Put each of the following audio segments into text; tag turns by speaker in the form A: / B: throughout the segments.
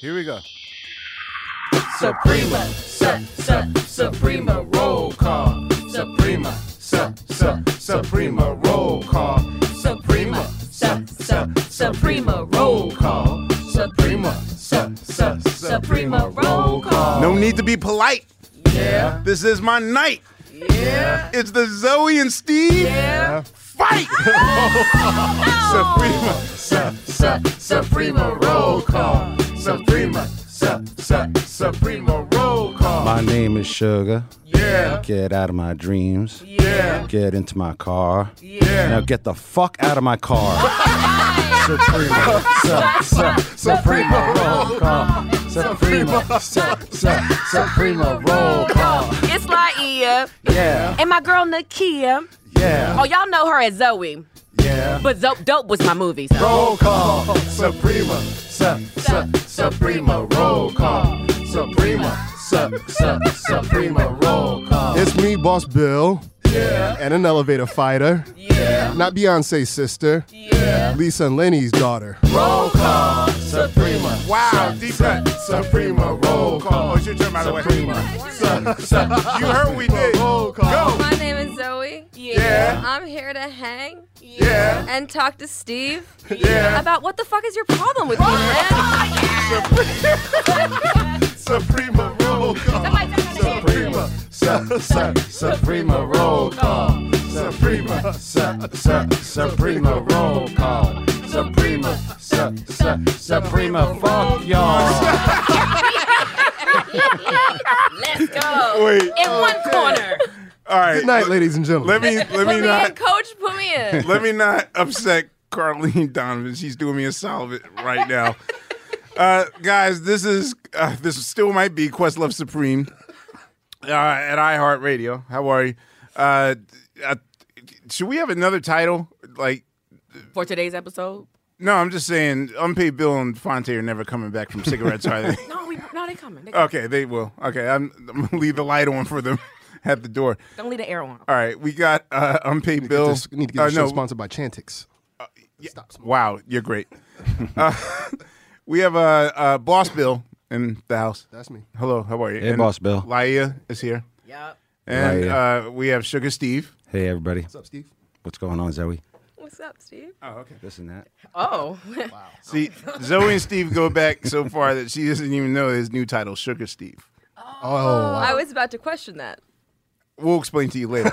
A: Here we go.
B: Suprema, su, su, Suprema roll call. Suprema, su, su, Suprema roll call. Suprema, su, su, Suprema roll call. Suprema, su, su, Suprema roll call.
A: No need to be polite.
B: Yeah,
A: This is my night.
B: yeah,
A: It's the Zoe and Steve
B: yeah.
A: fight. Suprema.
B: Su, su, Suprema roll call. Suprema, su, su, Suprema roll call.
C: My name is Sugar.
B: Yeah,
C: Get out of my dreams.
B: yeah,
C: Get into my car.
B: yeah.
C: Now get the fuck out of my car. Suprema, su- su- Suprema roll call. Suprema, su- su- Suprema roll call.
D: It's Laia
C: Yeah,
D: and my girl Nakia. Oh,
C: yeah,
D: y'all know her as Zoe,
C: yeah.
D: but Zo- Dope was my movie. So.
C: Roll call. Suprema, su- su- Suprema roll call. Suprema, su- su- Suprema roll call.
E: It's me, Boss Bill. Yeah. And an elevator fighter. Yeah. Not Beyonce's sister. Yeah. Lisa and Lenny's daughter.
C: Roll call. Suprema.
A: Wow, deep breath.
C: Suprema roll call.
A: Oh, it's your turn, by the way.
C: Suprema. Su- su-
A: You heard we did.
C: Roll
E: Oh,
C: call.
F: My name is Zoe.
A: Yeah.
F: I'm here to hang
A: Yeah.
F: and talk to Steve
A: Yeah. Oh,
F: about what the fuck is your problem with me, man?
A: Suprema roll call.
C: Suprema, su- su- Suprema roll call. Suprema, su- su- Suprema roll call. Suprema, su- su- Suprema fuck y'all.
D: Let's go.
A: Wait.
D: In one corner.
A: All right.
E: Good night, ladies and gentlemen.
A: Let me let
F: Put
A: me
F: me in,
A: not
F: coach. Put me in.
A: let me not upset Carlene Donovan. She's doing me a solid right now. Uh, guys, this is uh, this still might be Questlove Supreme uh, at iHeartRadio. How are you? Uh, uh, should we have another title? Like,
D: For today's episode.
A: no, I'm just saying, unpaid bill and Fonte are never coming back from cigarettes, are they?
D: No, we, no, they coming. They coming.
A: Okay, they will. Okay, I'm, I'm gonna leave the light on for them at the door.
D: Don't leave the air on.
A: All right, we got uh, unpaid bill.
E: This- we need to get
A: uh,
E: this show
A: no, Uh,
E: sponsored by Chantix. Stop smoking.
A: Wow, you're great. Uh, we have uh, uh, Boss Bill in the house.
E: That's me.
A: Hello, how are you?
C: Hey, Boss Bill.
A: Laia is here.
D: Yep.
A: And
C: Laia.
A: uh, we have Sugar Steve.
C: Hey everybody,
E: What's up, Steve?
C: what's going on, Zoe?
F: What's up, Steve?
A: Oh, okay.
C: This and that.
D: Oh.
A: See, Zoe and Steve go back so far that she doesn't even know his new title, Sugar Steve.
E: Oh,
F: I was about to question that.
A: We'll explain to you later.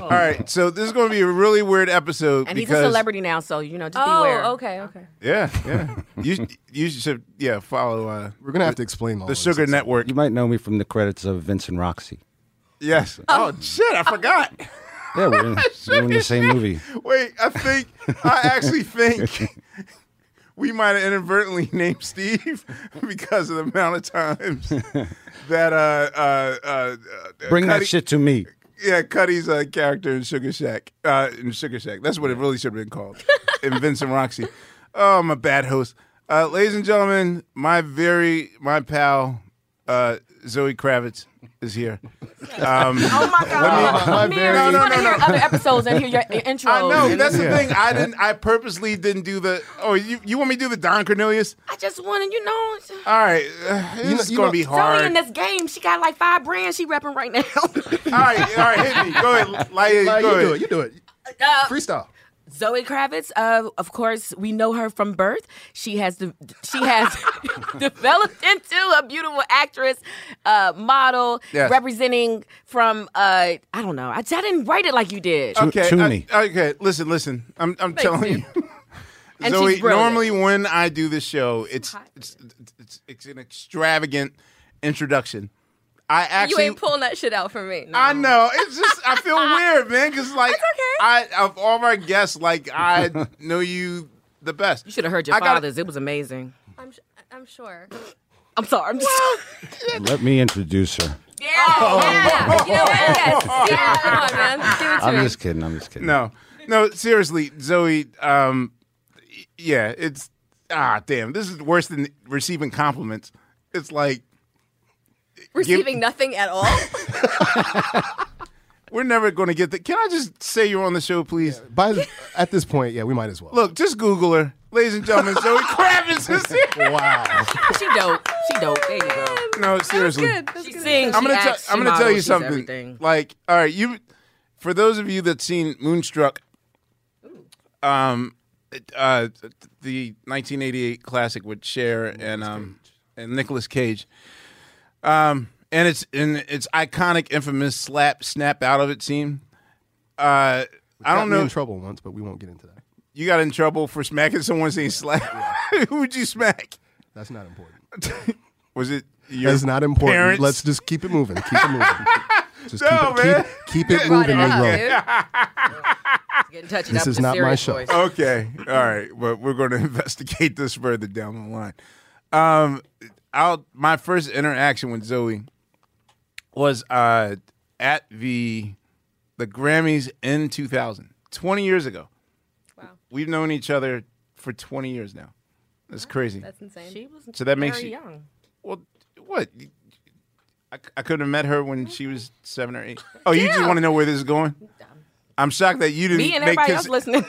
A: All right, so this is going to be a really weird episode
D: and he's
A: because
D: a celebrity now, so, you know, just
F: oh,
D: beware.
F: okay, okay.
A: yeah, yeah. You you should yeah follow uh,
E: we're gonna have to explain all
A: the
E: this.
A: Sugar Network.
C: You might know me from the credits of Vincent Roxy.
A: Yes. Oh shit, I forgot.
C: Yeah, we're in, we're in the same movie.
A: Wait, I think I actually think we might have inadvertently named Steve because of the amount of times that uh uh uh, uh
C: Bring that
A: Cudi-
C: shit to me.
A: Yeah, Cuddy's uh, character in Sugar Shack. Uh in Sugar Shack. That's what it really should have been called. in Vincent Roxy. Oh, I'm a bad host. Uh, ladies and gentlemen, my very my pal uh, Zoe Kravitz is here. Um,
G: Oh my God.
E: my
G: Me,
E: very-
G: I just
A: No, no,
G: want to
A: no,
G: hear
A: no.
G: other episodes and hear your intro.
A: I know that's the thing. I didn't. I purposely didn't do the. Oh, you you want me to do the Don Cornelius?
G: I just want to, you know, Zoe
A: All right, uh, this
E: know-
A: is
E: you
A: gonna
E: know-
A: be hard.
G: in this game, she got like five brands she repping right now.
A: all right, all right, hit me. Go ahead, Laia,
E: Like, you do
A: go ahead.
E: it. You do it. Freestyle.
G: Zoe Kravitz, uh, of course, we know her from birth. She has de- she has developed into a beautiful actress, uh, model,
A: Yes.
G: representing from uh, I don't know. I, I didn't write it like you did.
A: Okay, uh,
H: Tune
A: I-
H: me.
A: okay, listen, listen. I'm I'm telling you.
G: And
A: Zoe,
G: she's brilliant.
A: normally when I do this show, it's it's, it's it's an extravagant introduction. I
F: You
A: actually
F: ain't pulling that shit out for me.
A: I know. It's just I feel weird, man, because like I of all of our guests, like I know you the best.
G: You should have heard your
A: I gotta-
G: father's. It was amazing.
F: I'm, sh- I'm sure.
G: I'm sorry. I'm just
H: Let me introduce her.
F: Yeah, you know what?
A: Oh.
F: Yes. Yeah, come on, man. Give it to
H: I'm
F: me.
H: just kidding. I'm just kidding.
A: No, no, seriously, Zoe. Um, y- yeah, it's ah, damn. This is worse than receiving compliments. It's like
F: Receiving nothing at all.
A: we're never going to get the. Can I just say you're on the show, please?
E: By at this point, yeah, we might as well.
A: Look, just Google her, ladies and gentlemen. Zoe Kravitz is here.
E: Wow.
G: she dope. She dope. There you go.
A: No, seriously.
F: Good. That's
G: She
F: good.
G: sings.
A: I'm
G: she
A: gonna tell.
G: acts,
A: I'm
G: she
A: gonna tell
G: models,
A: you
G: she's
A: something.
G: everything.
A: Like, all right, you. For those of you that seen Moonstruck, um, it, uh, the 1988 classic with Cher and um and Nicolas Cage, um, and it's in its iconic, infamous slap snap out of it scene. Uh, I
E: Got
A: don't
E: me
A: know.
E: In trouble once, but we won't get into that.
A: you got in trouble for smacking someone saying slap. Who would you smack?
E: That's not important.
A: Was it? Your
E: That's not important.
A: parents?
E: Let's just keep it moving. Keep it moving. Just
A: No,
E: keep, it,
A: man.
E: keep, keep it
F: Brought
E: moving,
F: it up,
E: Negro.
F: dude.
G: Getting touchy.
E: This
G: That
E: is
G: was a
E: not my
G: serious
E: show.
G: voice.
A: Okay. All right. But we're going to investigate this further down the line. Um, I'll, my first interaction with Zoe was uh, at the the Grammys in 2000, 20 years ago.
F: Wow.
A: We've known each other for 20 years now. That's crazy.
F: That's insane.
G: She was
A: So that makes
G: very
A: you-
G: young.
A: well, what? I, I could have met her when she was seven or eight. Oh, you just want to know where this is going? I'm shocked that you didn't
G: Me and
A: make
G: everybody
A: this.
G: else listening.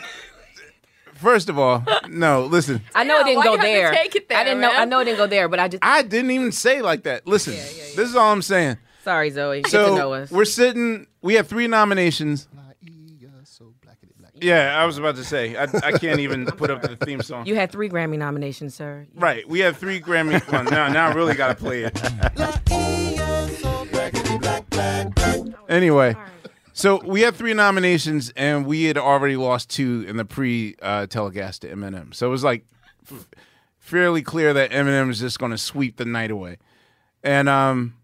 A: First of all, no, listen.
G: I know it
F: Yeah,
G: didn't
F: why
G: go
F: you have to
G: there.
F: take it
G: I
F: there,
G: didn't know.
F: man?
G: I know it didn't go there, but I just.
A: I didn't even say like that. Listen, this is all I'm saying.
G: Sorry, Zoe. Get to know
A: So
G: us.
A: we're sitting. We have three nominations. Yeah, I was about to say. I, I can't even put up the theme song.
G: You had three Grammy nominations, sir.
A: right. We have three Grammy. Well, now, now I really got to play it. anyway, so we had three nominations, and we had already lost two in the pre uh, telecast to Eminem. So it was like f- fairly clear that Eminem is just going to sweep the night away. And um,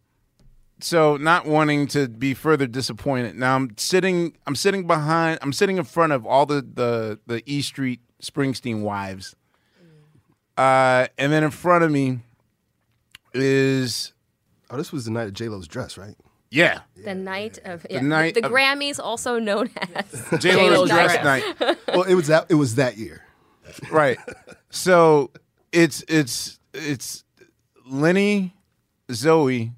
A: so not wanting to be further disappointed, now I'm sitting. I'm sitting behind. I'm sitting in front of all the the the E Street Springsteen wives. Uh, and then in front of me is
E: Oh, this was the night of J Lo's dress, right?
A: yeah,
F: The night of yeah,
A: night
F: the
A: of-
F: Grammys, also known as
A: J
G: J-Lo's
A: Lo's dress
G: dress.
A: night.
E: Well, it was that. It was that year.
A: right. So it's it's it's Lenny, Zoe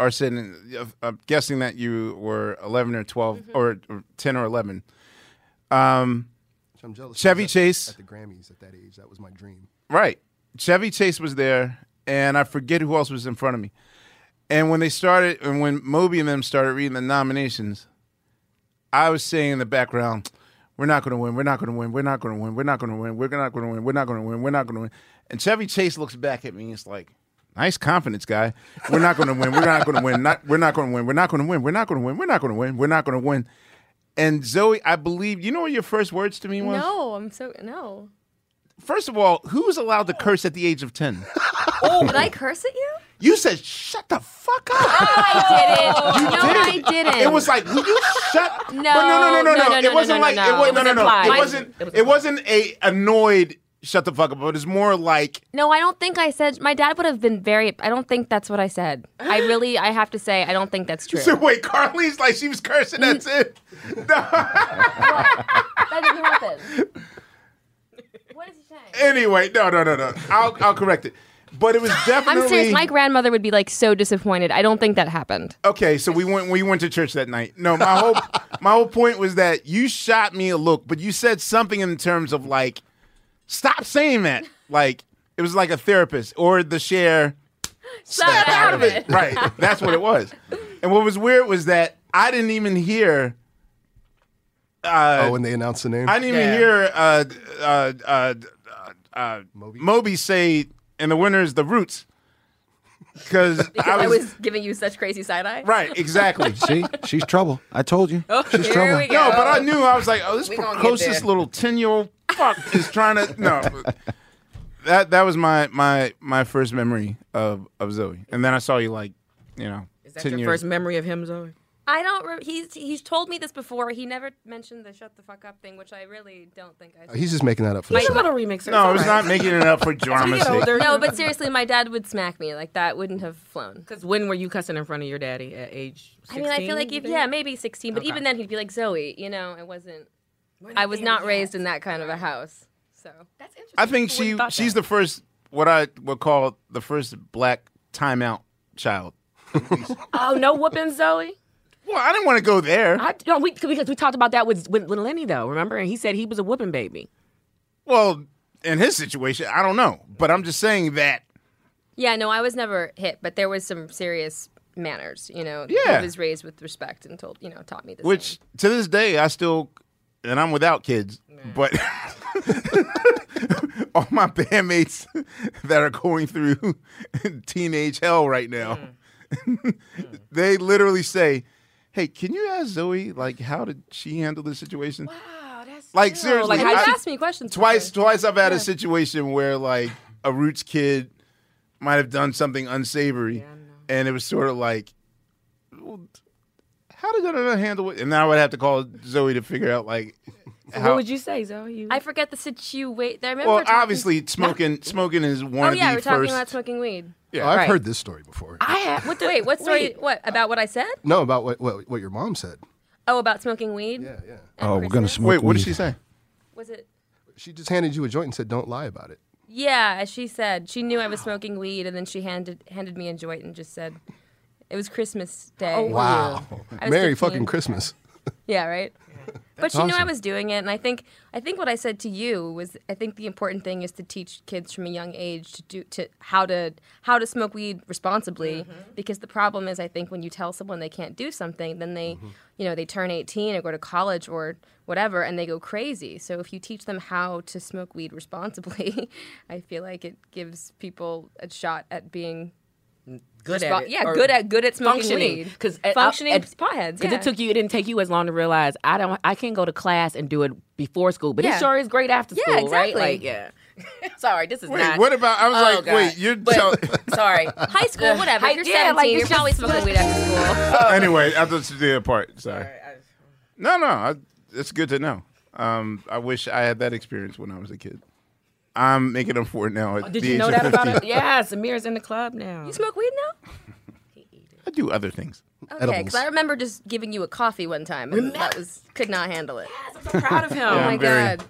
A: are sitting. I'm guessing that you were 11 or 12 or, or 10 or 11. Um,
E: I'm jealous. I was
A: Chevy
E: at-
A: Chase.
E: at the Grammys at that age. That was my dream.
A: right. Chevy Chase was there, and I forget who else was in front of me. And when they started, and when Moby and them started reading the nominations, I was saying in the background, "We're not going to win. We're not going to win. We're not going to win. We're not going to win. We're not going to win. We're not going to win. We're not going to win." And Chevy Chase looks back at me. and It's like, "Nice confidence, guy. We're not going to win. We're not going to win. Not, we're not going to win. We're not going to win. We're not going to win. We're not going to win. We're not going to win." And Zoe, I believe you know what your first words to me was.
F: No, I'm so no.
A: First of all, who's allowed to curse at the age of ten?
F: Oh, did I curse at you?
A: You said, "Shut the fuck up."
F: I didn't. No, I didn't.
A: It was like, "Will you shut?"
F: No,
A: but no, no, no, no,
F: no,
A: no.
F: no,
A: It
F: no,
A: wasn't
F: no,
A: like
F: no, no.
A: it was.
G: It
A: No,
G: was
A: no, no.
G: implied.
A: It wasn't.
G: It was
A: It wasn't a annoyed. Shut the fuck up. But it's more like
F: No, I don't think I said. My dad would have been very. I don't think that's what I said. I really, I have to say, I don't think that's true. Mm.
A: so wait, Carly's like she was cursing. That's it.
F: that didn't happen. What is he saying?
A: Anyway, no, no, no, no. I'll I'll correct it. But it was definitely
F: I'm serious. My grandmother would be like so disappointed. I don't think that happened.
A: Okay, so we went we went to church that night. No, my whole my whole point was that you shot me a look, but you said something in terms of like, stop saying that. Like it was like a therapist or the share.
F: Snap out of it.
A: Right. That's what it was. And what was weird was that I didn't even hear uh,
E: oh, when they announced the name.
A: I didn't even
I: Yeah.
A: hear uh, uh, uh, uh, uh, Moby. say, "And the winner is the Roots," because
G: Because I was giving you such crazy side eye.
A: right. Exactly.
H: See, she's trouble. I told you.
F: Oh,
H: She's trouble.
G: Here we go.
A: No, but I knew I was like, oh, this
I: We gonna get
A: precocious
I: there.
A: little ten year old fuck is trying to no. That that was my my my first memory of of Zoe, and then I saw you like, you know,
I: Is that
A: ten
I: your
A: years.
I: first memory of him, Zoe?
F: I don't. Re- he's he's told me this before. He never mentioned the shut the fuck up thing, which I really don't think I.
E: He's just making that up for
F: Like,
E: sure.
I: Little remixer.
A: no, I was not making it up for drama's
I: get
A: sake.
I: older.
F: no, but seriously, my dad would smack me like that. Wouldn't have flown.
I: Because when were you cussing in front of your daddy at age? 16,
F: I mean, I feel like if, yeah, maybe sixteen, but even then he'd be like Zoe. You know, I wasn't. I was not raised in that kind of a house. So
I: That's interesting.
A: I think she she's the first what I would call the first black timeout child.
G: Oh no, whooping Zoe.
A: Well, I didn't want to go there.
I: I, no, we, because we talked about that with with Little Lenny though, remember? And he said he was a whooping baby.
A: Well, in his situation, I don't know, but I'm just saying that.
F: yeah, no, I was never hit, but there was some serious manners. You know,
A: Yeah.
F: he was raised with respect and told you know taught me this.
A: Which to this day, I still, and I'm without kids, but all my bandmates that are going through teenage hell right now,
F: Mm.
A: they literally say, "Hey, can you ask Zoe like how did she handle this situation?"
I: Wow, that's
A: Like seriously,
F: like, how
A: I-
F: you asked me questions
A: twice
F: before.
A: twice I've had a situation where like a roots kid might have done something unsavory and it was sort of like well, how did that handle it? And then I would have to call Zoe to figure out like how
I: What would you say, Zoe? You
F: I forget the situation. I remember
A: Well,
F: we're talking-
A: obviously smoking smoking is
F: Oh
A: one of
F: yeah,
A: the
F: we're talking
A: first
F: about smoking weed.
E: Oh, I've
I: Right.
E: heard this story before.
I: I have what the
F: Wait, what story?
I: Wait.
F: What about what I said?
E: No, about what, what what your mom said.
F: Oh, about smoking weed. Yeah, yeah.
H: Oh, we're gonna smoke.
A: Wait, what did
H: weed.
A: she say?
F: Was it?
E: She just handed you a joint and said, "Don't lie about it."
F: Yeah, as she said, she knew I was smoking weed, and then she handed handed me a joint and just said, "It was Christmas Day."
E: Oh, Wow,
F: Oh, I was
E: Merry
F: 15.
E: fucking Christmas.
F: Yeah, right. But she knew I
E: awesome.
F: was doing it, and I think I think what I said to you was I think the important thing is to teach kids from a young age to do to how to how to smoke weed responsibly
I: Mm-hmm.
F: because the problem is I think when you tell someone they can't do something, then they you know they turn 18 or go to college or whatever and they go crazy. So if you teach them how to smoke weed responsibly, I feel like it gives people a shot at being
I: good
F: respo-
I: at it?
F: yeah
I: or
F: good at good at smoking
I: functioning?
F: weed
I: Because
F: functioning potheads
I: Because
F: yeah.
I: it took you, it didn't take you as long to realize I don't, I can go to class and do it before school, but
F: Yeah.
I: it sure is great after
F: Yeah,
I: school, right?
F: exactly.
I: Like, yeah. sorry, this is
A: Wait,
I: not.
A: what about I was
I: Oh,
A: like,
I: God.
A: wait, you're
I: But-
A: telling
I: sorry,
F: high school, whatever.
I: I-
F: If you're
I: yeah,
F: 17,
I: like,
F: you're
I: it's
F: probably
I: just-
F: smoking weed after school.
A: anyway, I thought she did that part. Sorry. No, no, I, it's good to know. Um, I wish I had that experience when I was a kid. I'm making up for it now. At
I: Did
A: the
I: you
A: age
I: know
A: of
I: that
A: 50.
I: about it? Yeah, Samir's in the club now.
F: You smoke weed now?
A: I do other things.
F: Okay,
E: Edibles.
F: because I remember just giving you a coffee one time, and that was could not handle it.
I: I'm proud of him.
F: Oh
A: I'm
F: my
A: very
F: god!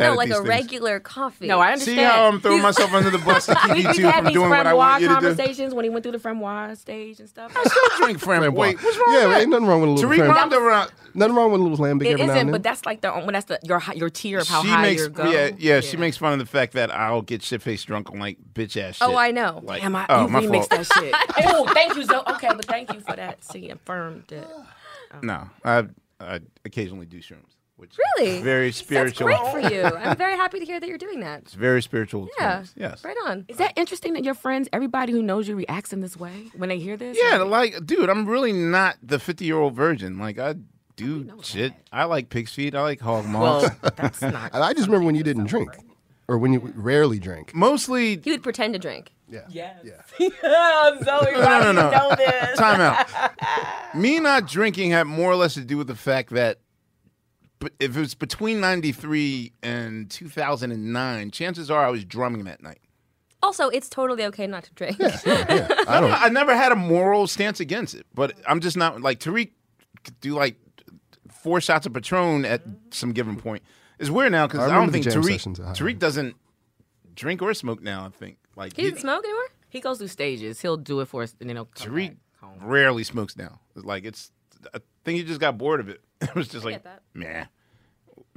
F: No,
A: at
F: like
A: these
F: a
A: things.
F: regular coffee.
I: No, I
A: See
I: understand.
A: how I'm throwing myself under the bus to keep
I: we,
A: you
I: we
A: two
I: had
A: from
I: these
A: doing what I
I: Francois
A: want you to do.
I: conversations when he went through the Francois stage and stuff.
A: Drink Frambois. Wait, what's wrong
E: Yeah,
A: with
E: ain't nothing wrong with a
A: that?
E: little
A: Tariq
E: clam-
A: Ronda around.
E: Nothing wrong with a little lambic
I: It
E: every now and
I: isn't,
E: then.
I: but that's like the when that's the your hi- your tier of how
A: she
I: high
A: makes
I: you're
A: yeah,
I: going.
A: yeah, She makes fun of the fact that I'll get shit faced drunk on like bitch ass.
F: Oh,
A: shit.
F: I know.
A: Like,
I: Damn, I,
A: oh,
I: you
A: my
I: remixed that
A: fault.
I: shit. oh, thank you, Zoe. Okay, but thank you for that. See, affirmed it.
A: No, I, I occasionally do shrooms, which
F: really
A: is very spiritual.
F: That's great for you. I'm very happy to hear that you're doing that.
A: It's very spiritual.
F: Yeah.
A: experience. Yes.
F: Right on.
I: Is that interesting that your friends, everybody who knows you, reacts in this way when they hear this?
A: Yeah, like, dude, I'm really not the 50 year old virgin. Like, I do shit. I like pig's feet. I like hog maws.
I: Well, that's not.
E: And I just remember when you didn't drink, or when you rarely drank.
A: Mostly,
F: He would pretend to drink.
I: Yes. Yeah. Zoe, why
A: no,
I: do
A: no.
I: you know this?
A: time out. Me not drinking had more or less to do with the fact that but if it was between 93 and 2009, chances are I was drumming that night.
F: Also, it's totally okay not to drink.
A: I, don't, I never had a moral stance against it, but I'm just not like Tariq could do like four shots of Patron at some given point. It's weird now because
E: I
A: I,
E: remember the jam
A: don't think Tariq
E: sessions at Highland.
A: Tariq doesn't drink or smoke now. I think like
F: He didn't smoke anymore?
G: He goes through stages. He'll do it for us, and then he'll come
A: Tariq
G: back home.
A: rarely smokes now. It's like it's, I think he just got bored of it. It was just like,
F: get that.
A: meh.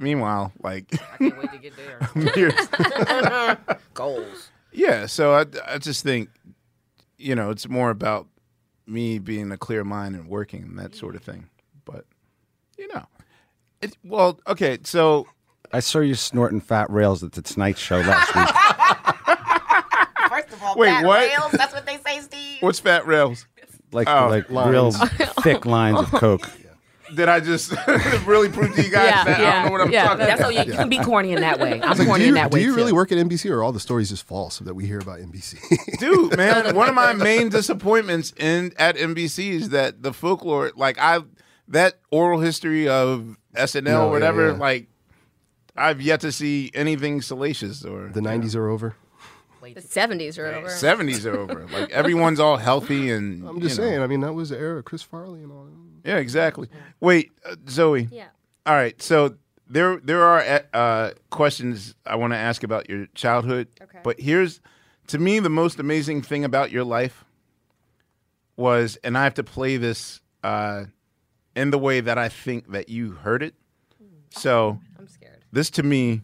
A: Meanwhile, like,
G: Can't wait to get there.
A: years-
I: Goals.
A: yeah. So I, I just think, you know, it's more about me being a clear mind and working and that sort of thing. But you know, it's well, okay. So
H: I saw you snorting fat rails at the Tonight Show last week.
J: First of all,
A: Wait,
J: fat
A: what?
J: rails, that's what they say, Steve.
A: what's fat rails?
H: Like
A: Oh,
H: like real thick lines of coke.
A: Did I just really prove to you guys
G: Yeah,
A: that I
G: yeah,
A: don't know what I'm
G: yeah.
A: talking
G: That's
A: about?
G: how you, you can be corny in that way. I'm
E: Like,
G: corny
E: do you,
G: in that
E: do
G: way.
E: you really
G: too.
E: work at NBC or are all the stories just false that we hear about NBC?
A: dude, man, one of my main disappointments in at NBC is that the folklore, like I, that oral history of SNL,
E: No,
A: or whatever,
E: yeah, yeah.
A: like I've yet to see anything salacious or
E: the 90s are over.
F: The 70s are over.
A: seventies are over. Like everyone's all healthy and
E: I'm just
A: you know.
E: saying. I mean, that was the era of Chris Farley and all that.
A: Yeah, exactly. Wait, uh, Zoe.
F: Yeah.
A: All right, so there there are uh, questions I want to ask about your childhood.
F: Okay.
A: But here's to me the most amazing thing about your life was, and I have to play this uh, in the way that I think that you heard it. So
F: Hmm. I'm scared.
A: this to me,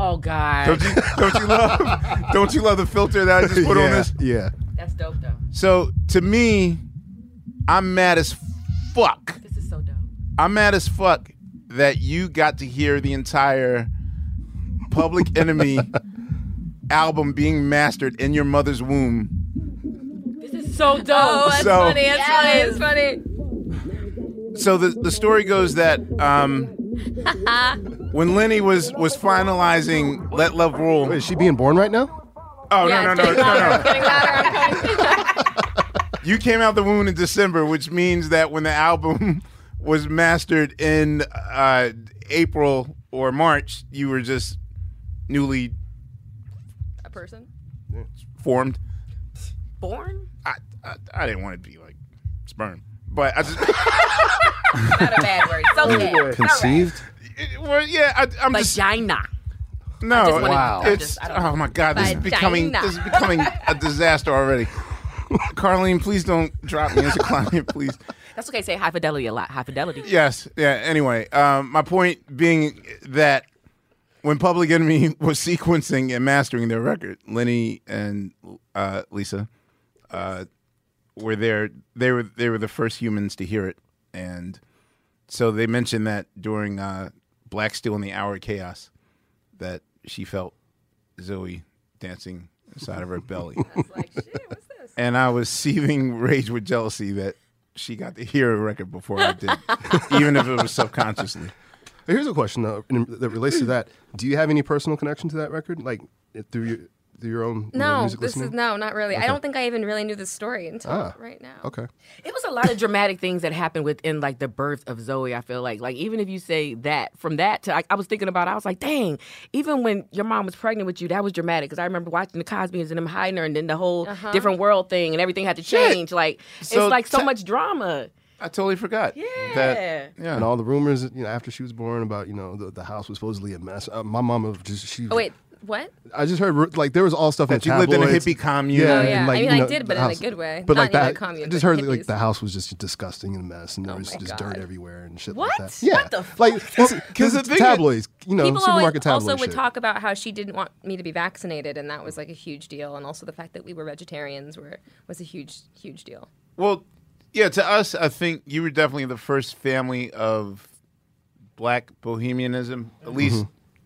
G: Oh
A: don't
G: God,
A: you don't you love don't you love the filter that I just put on
E: yeah,
A: this?
E: Yeah.
G: that's dope though.
A: So to me, I'm mad as fuck.
G: This is so dope.
A: I'm mad as fuck that you got to hear the entire Public Enemy album being mastered in your mother's womb.
G: This is so dope.
F: Oh, that's
A: So-
F: funny. That's funny. That's funny.
A: So the the story goes that um, when Lenny was was finalizing "Let Love Rule,"
E: Wait, is she being born right now?
A: oh
F: yeah,
A: no
F: it's
A: no no
F: getting
A: no
F: louder.
A: no,
F: It's getting louder. I'm coming.
A: you came out the womb in December, which means that when the album was mastered in uh, April or March, you were just newly
F: A person?
A: formed.
G: Born?
A: I, I, I didn't want to be like sperm, but I just.
G: Not a bad word. So bad.
H: Conceived?
A: It- Well, yeah, I, I'm just
G: Vagina.
A: no.
G: just wanted-
H: Wow.
G: I'm
A: It's
G: just- I don't know.
A: oh my god, this is
F: Vagina.
A: becoming this is becoming a disaster already. Carlene, please don't drop me as a client, please.
G: That's okay. Say high fidelity a lot. High fidelity.
A: Yes, yeah. Anyway, um, my point being that when Public Enemy was sequencing and mastering their record, Lenny and uh, Lisa uh, were there. They were they were the first humans to hear it, and so they mentioned that during uh, Black Steel in the Hour of Chaos that she felt Zoe dancing inside of her belly,
F: Like, shit, what's this?
A: and I was seething rage with jealousy that. She got to hear a record before I did, even if it was subconsciously.
E: Here's a question though, in- that relates to that. Do you have any personal connection to that record, like through your through your own you know,
F: No,
E: music
F: this
E: listening?
F: is no, not really. I don't think I even really knew this story until
E: Ah.
F: right now.
E: Okay.
G: It was a lot of dramatic things that happened within like the birth of Zoe. I feel like like even if you say that from that to like, I was thinking about it, I was like dang even when your mom was pregnant with you that was dramatic because I remember watching the Cosby's and them hiding her and then the whole different world thing and everything had to
A: Uh-huh. Shit.
G: change like
A: So
G: it's like so
A: te-
G: much drama.
A: I totally forgot. Yeah. That, yeah.
E: And all the rumors, you know, after she was born about you know the, the house was supposedly a mess. Uh, my mama was just she.
F: Oh wait, what?
E: I just heard ru- like there was all stuff
A: That
E: in
A: you lived in a
E: tabloids.
A: hippie commune.
E: Yeah,
A: Oh,
F: yeah.
E: and, like,
F: I mean,
E: you
F: I
E: know,
F: did,
E: the
F: but in a
E: house-
F: good way.
E: But
F: Not
E: like
F: in a
E: that,
F: commune,
E: I just
F: but
E: heard like
F: hippies. Oh
E: the house was just disgusting and a mess, and there was
F: my
E: just
F: God.
E: dirt everywhere and shit
F: What?
E: like that. Yeah,
G: What the
E: like because
A: the thing is-
E: tabloids, you know,
F: People always
E: supermarket tabloids.
F: also would talk about how she didn't want me to be vaccinated, and that was like a huge deal. And also the fact that we were vegetarians were was a huge, huge deal.
A: Well, yeah, to us, I think you were definitely the first family of black bohemianism, at least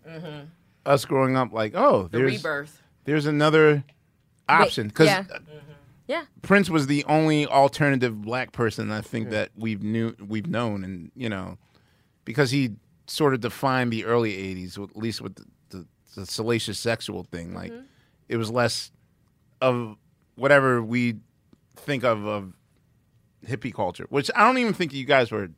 A: Mm-hmm. us growing up, like, oh,
G: The
A: there's,
G: rebirth.
A: there's another option. Because
F: yeah. Yeah,
A: Prince was the only alternative black person I think that we've knew we've known, and you know, because he sort of defined the early '80s, at least with the, the, the salacious sexual thing. Like, it was less of whatever we think of of hippie culture, which I don't even think you guys were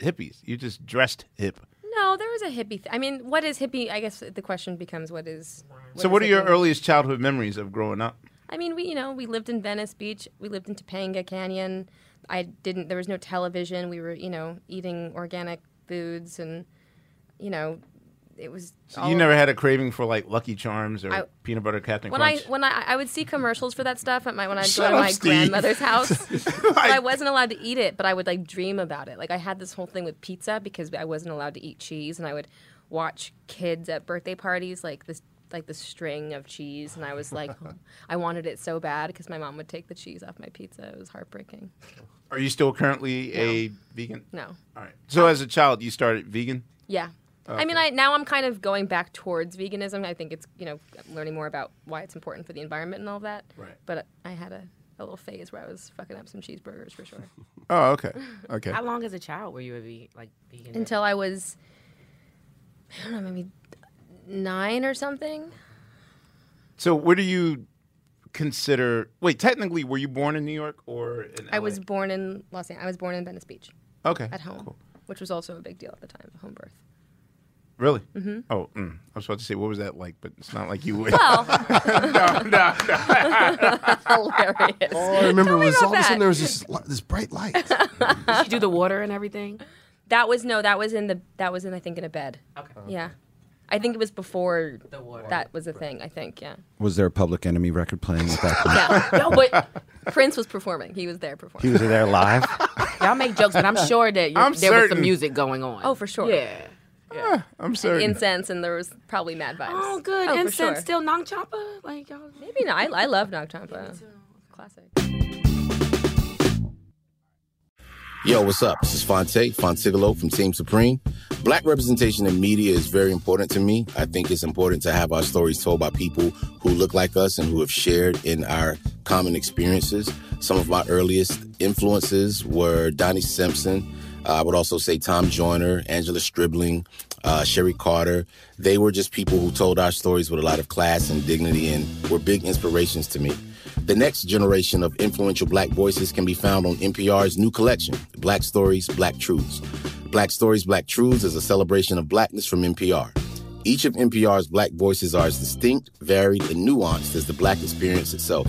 A: hippies. You just dressed hip.
F: no, there was a hippie. Th- I mean, what is hippie? I guess the question becomes what is.
A: so, what are
F: is
A: your
F: hippie?
A: earliest childhood memories of growing up?
F: I mean, we you know we lived in Venice Beach. We lived in Topanga Canyon. I didn't. There was no television. We were you know eating organic foods and you know it was.
A: So
F: all
A: you never
F: over.
A: had a craving for like Lucky Charms or
F: Oh. I-
A: peanut butter Captain
F: When I
A: Crunch?
F: when I I would see commercials for that stuff at my when I'd
A: Shut
F: go to
A: up,
F: my
A: Steve.
F: grandmother's house, so I wasn't allowed to eat it, but I would like dream about it. Like I had this whole thing with pizza because I wasn't allowed to eat cheese, and I would watch kids at birthday parties like this like the string of cheese, and I was like, I wanted it so bad because my mom would take the cheese off my pizza. It was heartbreaking.
A: Are you still currently a vegan?
F: No.
A: All right. So as a child, you started vegan. Oh,
F: Yeah. I mean, I now I'm kind of going back towards veganism. I think it's you know learning more about why it's important for the environment and all that.
A: Right.
F: But I had a, a little phase where I was fucking up some cheeseburgers for sure.
A: Oh, okay. Okay.
K: How long as a child were you a ve- like vegan?
F: Until I was, I don't know, maybe nine or something.
A: So where do you consider? Wait, technically, were you born in New York or in LA?
F: I was born in Los Angeles. I was born in Venice Beach
A: okay
F: at home,
A: Cool.
F: which was also a big deal at the time, home birth.
A: Really? Mm-hmm. Oh, mm. I was about to say what was that like, but it's not like you would.
F: Well,
A: no, no, no.
F: hilarious.
E: All Oh, I remember
F: me
E: was
F: about
E: all of a
F: that.
E: sudden there was this, li- this bright light.
K: Did you do the water and everything?
F: That was no, that was in the that was in I think in a bed.
K: Okay.
F: Yeah. I think it was before
K: The water.
F: that was a thing. I think, yeah.
C: Was there a Public Enemy record playing at that point?
F: Yeah. No, but Prince was performing. He was there performing.
C: He was there live.
K: Y'all make jokes, but I'm sure that you
A: I'm
K: there was
A: certain.
K: some music going on.
F: Oh, for sure.
K: Yeah.
A: I'm sorry.
F: Incense and there was probably mad vibes.
K: Oh, good.
F: for
K: Incense
F: sure.
K: still Nong Choppa? Like y'all.
F: Maybe not. I, I love Noctampa. Classic.
L: Yo, what's up? This is Fonte, Fontigolo from Team Supreme. Black representation in media is very important to me. I think it's important to have our stories told by people who look like us and who have shared in our common experiences. Some of my earliest influences were Donnie Simpson. Uh, I would also say Tom Joyner, Angela Stribling, uh, Sherry Carter. They were just people who told our stories with a lot of class and dignity and were big inspirations to me. The next generation of influential black voices can be found on NPR's new collection, Black Stories, Black Truths. Black Stories, Black Truths is a celebration of blackness from NPR. Each of NPR's black voices are as distinct, varied, and nuanced as the black experience itself.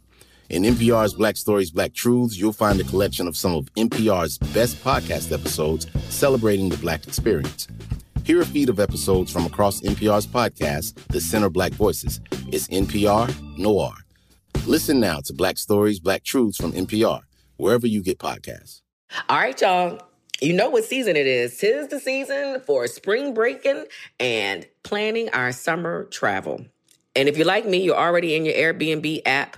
L: In NPR's Black Stories, Black Truths, you'll find a collection of some of NPR's best podcast episodes celebrating the black experience. Hear a feed of episodes from across NPR's podcast, The Center Black Voices. It's NPR Noir. Listen now to Black Stories, Black Truths from NPR, wherever you get podcasts.
G: All right, y'all. You know what season it is. Tis the season for spring breaking and planning our summer travel. And if you're like me, you're already in your Airbnb app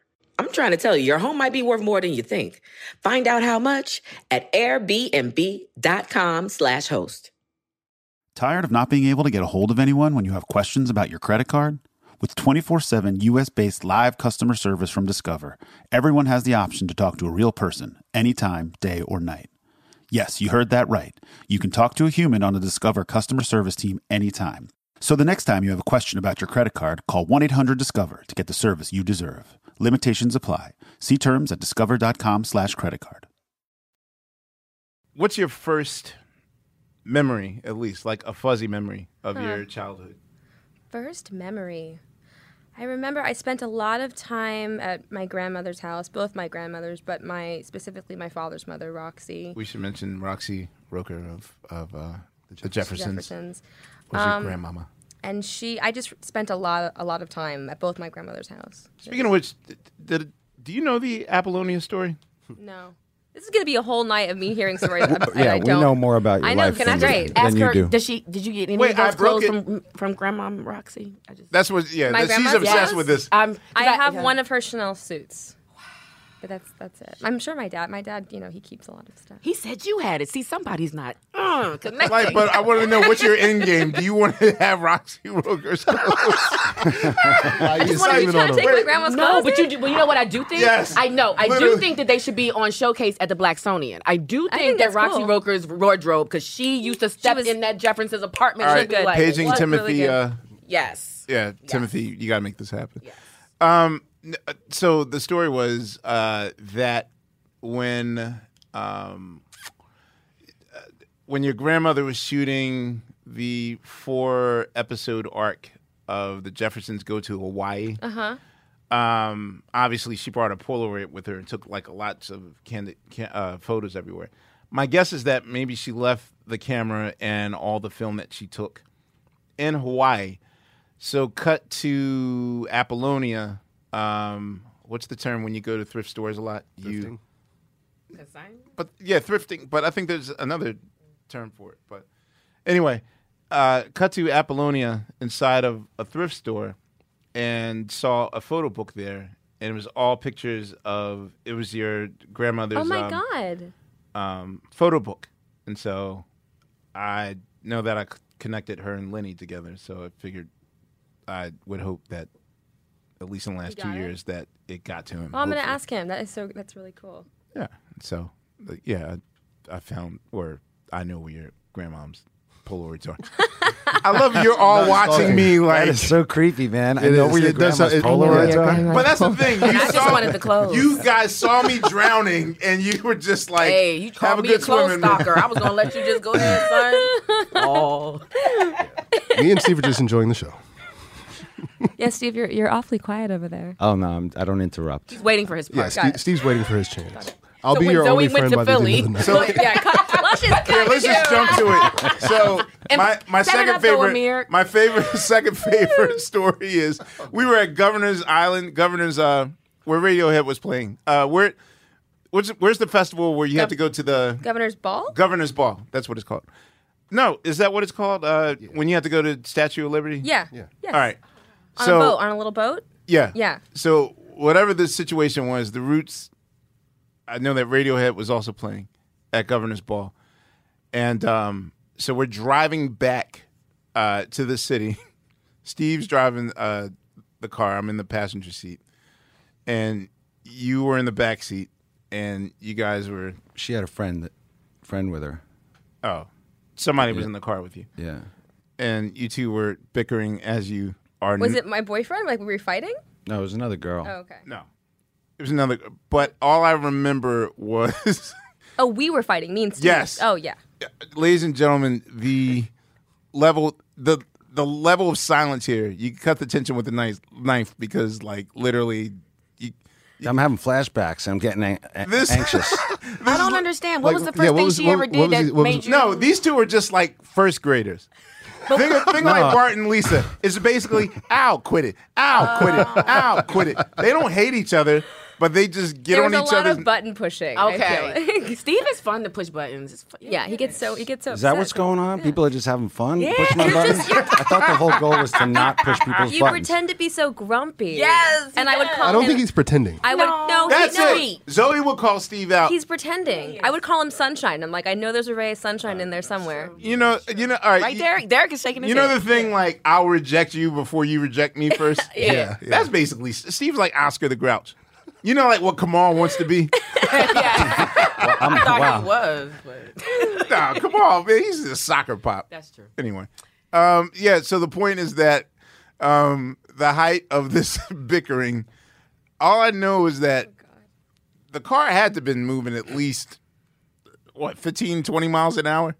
G: I'm trying to tell you, your home might be worth more than you think. Find out how much at airbnb.com slash host.
M: Tired of not being able to get a hold of anyone when you have questions about your credit card? With 24 7 US based live customer service from Discover, everyone has the option to talk to a real person anytime, day or night. Yes, you heard that right. You can talk to a human on the Discover customer service team anytime. So the next time you have a question about your credit card, call 1 800 Discover to get the service you deserve. Limitations apply. See terms at discover.com slash credit card.
A: What's your first memory, at least, like a fuzzy memory of your childhood?
F: First memory. I remember I spent a lot of time at my grandmother's house, both my grandmothers, but my specifically my father's mother, Roxy
A: We should mention Roxy Roker of of uh, the Jeffersons.
F: Jefferson's. Um,
A: Was your grandmama?
F: And she I just spent a lot a lot of time at both my grandmother's house.
A: Speaking of which, th- th- did, do you know the Apollonia story?
F: No. This is going to be a whole night of me hearing stories. I,
H: Yeah,
F: I
H: we
F: don't.
H: know more about your
F: I know.
H: life
F: Can I
H: than,
F: just
H: you,
G: Ask
H: than you
G: her.
H: do.
G: Does she? Did you get any
A: Wait,
G: of
A: I
G: those clothes
A: broke it.
G: from from Grandma Roxy? I just
A: That's what. Yeah,
F: My
A: that- she's
F: grandma's
A: obsessed
F: house?
A: with this.
H: Um,
G: I'm.
F: I have
G: yeah.
F: one of her Chanel suits. But that's that's it. I'm sure my dad. My dad, you know, he keeps a lot of stuff.
G: He said you had it. See, somebody's not uh, connecting.
A: Like, but I want to know what's your end game. Do you want to have Roxy Roger's clothes?
F: What are
E: Why you
F: you
E: sleeping on
F: trying to
E: them?
F: take my grandma's
G: No,
F: clothes?
G: but you do. Well, you know what I do think?
A: Yes.
G: I know. I
A: Literally.
G: do think that they should be on showcase at the Blacksonian. I do think,
F: think
G: that
F: that's
G: Roxy
F: cool.
G: Roker's wardrobe, because she used to step
F: was-
G: in that Jefferson's apartment.
A: All
G: She'd
A: right,
G: be like,
A: paging
G: "What?"
A: Timothy.
F: good.
A: uh,
G: Yes.
A: yeah, Timothy, you got to make this happen.
G: Yes.
A: Um, n- uh, so the story was uh, that when um, uh, when your grandmother was shooting the four episode arc of the Jeffersons go to Hawaii. Uh huh. Um, obviously, she brought a Polaroid with her and took like lots of candid can, uh, photos everywhere. My guess is that maybe she left the camera and all the film that she took in Hawaii. So cut to Apollonia. Um, what's the term when you go to thrift stores a lot? You, but yeah, thrifting. But I think there's another term for it. But anyway, uh, cut to Apollonia inside of a thrift store, and saw a photo book there, and it was all pictures of. It was your grandmother's.
F: oh my
A: um,
F: god.
A: um, photo book, and so I know that I c- connected her and Lenny together. So I figured I would hope that at least in the last two
F: got it?
A: years that it got to him.
F: Well, Oh, I'm gonna
A: hopefully.
F: ask him. That is so. That's really cool.
A: Yeah. So like, yeah, I, I found or I know where your grandmom's Polaroids are. I love you're all watching me
H: That
A: like.
H: is so creepy, man. I
E: It
H: know
E: is.
H: where your
E: It does-
H: grandma's
E: it-
H: Polaroids
E: yeah.
H: are.
A: But that's the thing. You
G: I just
A: saw,
G: wanted the clothes.
A: You guys saw me drowning, and you were just like,
G: Hey, you
A: "Have
G: called
A: a
G: me a
A: good
G: clothes
A: swimming."
G: stalker. I was gonna let you just go ahead, son. Oh,
E: Me and Steve are just enjoying the show.
F: Yeah, Steve, you're you're awfully quiet over there.
H: Oh no, I'm, I don't interrupt.
G: he's waiting for his
E: Yeah,
G: part.
E: Steve, Steve's waiting for his chance. I'll
G: so
E: be
G: when
E: your
G: Zoe
E: only
G: went
E: friend
G: to
E: by the
G: Philly,
E: end of the night.
G: look, yeah, cut, let's just
A: Yeah, let's just jump to it. So
G: And
A: my my
G: set it
A: second
G: up, though,
A: favorite,
G: Amir.
A: my favorite second favorite story is we were at Governor's Island, Governor's uh, where Radiohead was playing. Uh, where, where's where's the festival where you have to go to the
F: Governor's ball.
A: Governor's Ball? That's what it's called. No, is that what it's called? Uh, When you have to go to Statue of Liberty?
F: yeah.
E: Yeah.
F: Yes.
A: All right.
F: On
A: so
F: a boat, on a little boat.
A: yeah.
F: Yeah.
A: So whatever the situation was, the Roots. I know that Radiohead was also playing at Governor's Ball, and um, so we're driving back uh, to the city. Steve's driving uh, the car. I'm in the passenger seat, and you were in the back seat, and you guys were
H: She had a friend, that, friend with her.
A: oh, somebody was in the car with you,
H: Yeah.
A: and you two were bickering as you are.
F: Was it my boyfriend? Like we were fighting?
H: No, it was another girl.
F: Oh, okay.
A: No, it was another. But all I remember was.
F: Oh, we were fighting. Me and Steve.
A: Yes.
F: Oh yeah.
A: ladies and gentlemen, the level the the level of silence here. You cut the tension with a knife, knife because like literally, you,
H: I'm having flashbacks. I'm getting an- an-
A: This-
H: anxious.
G: I don't understand. What
E: like,
G: was the
E: yeah,
G: first
E: what
G: thing
E: was-
G: she
E: what-
G: ever
E: what was
G: did that
E: it- what
G: made
E: was-
G: you?
A: no, these two are just like first graders. think of- think like Bart and Lisa. It's basically, ow, quit it, ow, quit it,
G: Oh.
A: ow, quit it. They don't hate each other, but they just get
F: There
A: on
F: was a
A: each
F: lot
A: other's.
F: of button pushing. I
G: Okay.
F: feel like.
G: Steve is fun to push buttons. It's fu-
F: yeah, he gets so he gets so.
H: Is that
F: upset.
H: what's going on? People are just having fun. Push my buttons. I thought the whole goal was to not push people's
F: You
H: buttons.
F: pretend to be so grumpy.
G: Yes,
F: And I would
G: yes.
F: call
E: I don't
F: him.
E: think he's pretending.
F: I would no. he-
A: That's
F: no,
A: it. Zoe will call Steve out.
F: He's pretending. I would call him Sunshine. I'm like, I know there's a ray of sunshine in there somewhere.
A: you know, you know. All right,
G: right,
A: you-
G: Derek. Derek is shaking his
A: You know the
G: head.
A: thing, like I'll reject you before you reject me first. yeah. that's basically Steve's like Oscar the Grouch. You know, like what Kamal wants to be.
C: Oh,
H: I'm,
G: I thought
H: wow.
G: he was, but
A: nah, Kamal, man, he's a soccer
C: Uh,
A: pop.
G: that's true.
A: Anyway, um, yeah. So the point is that um, the height of this bickering, all I know is that the car had to have been moving at least what 15, 20 miles an hour.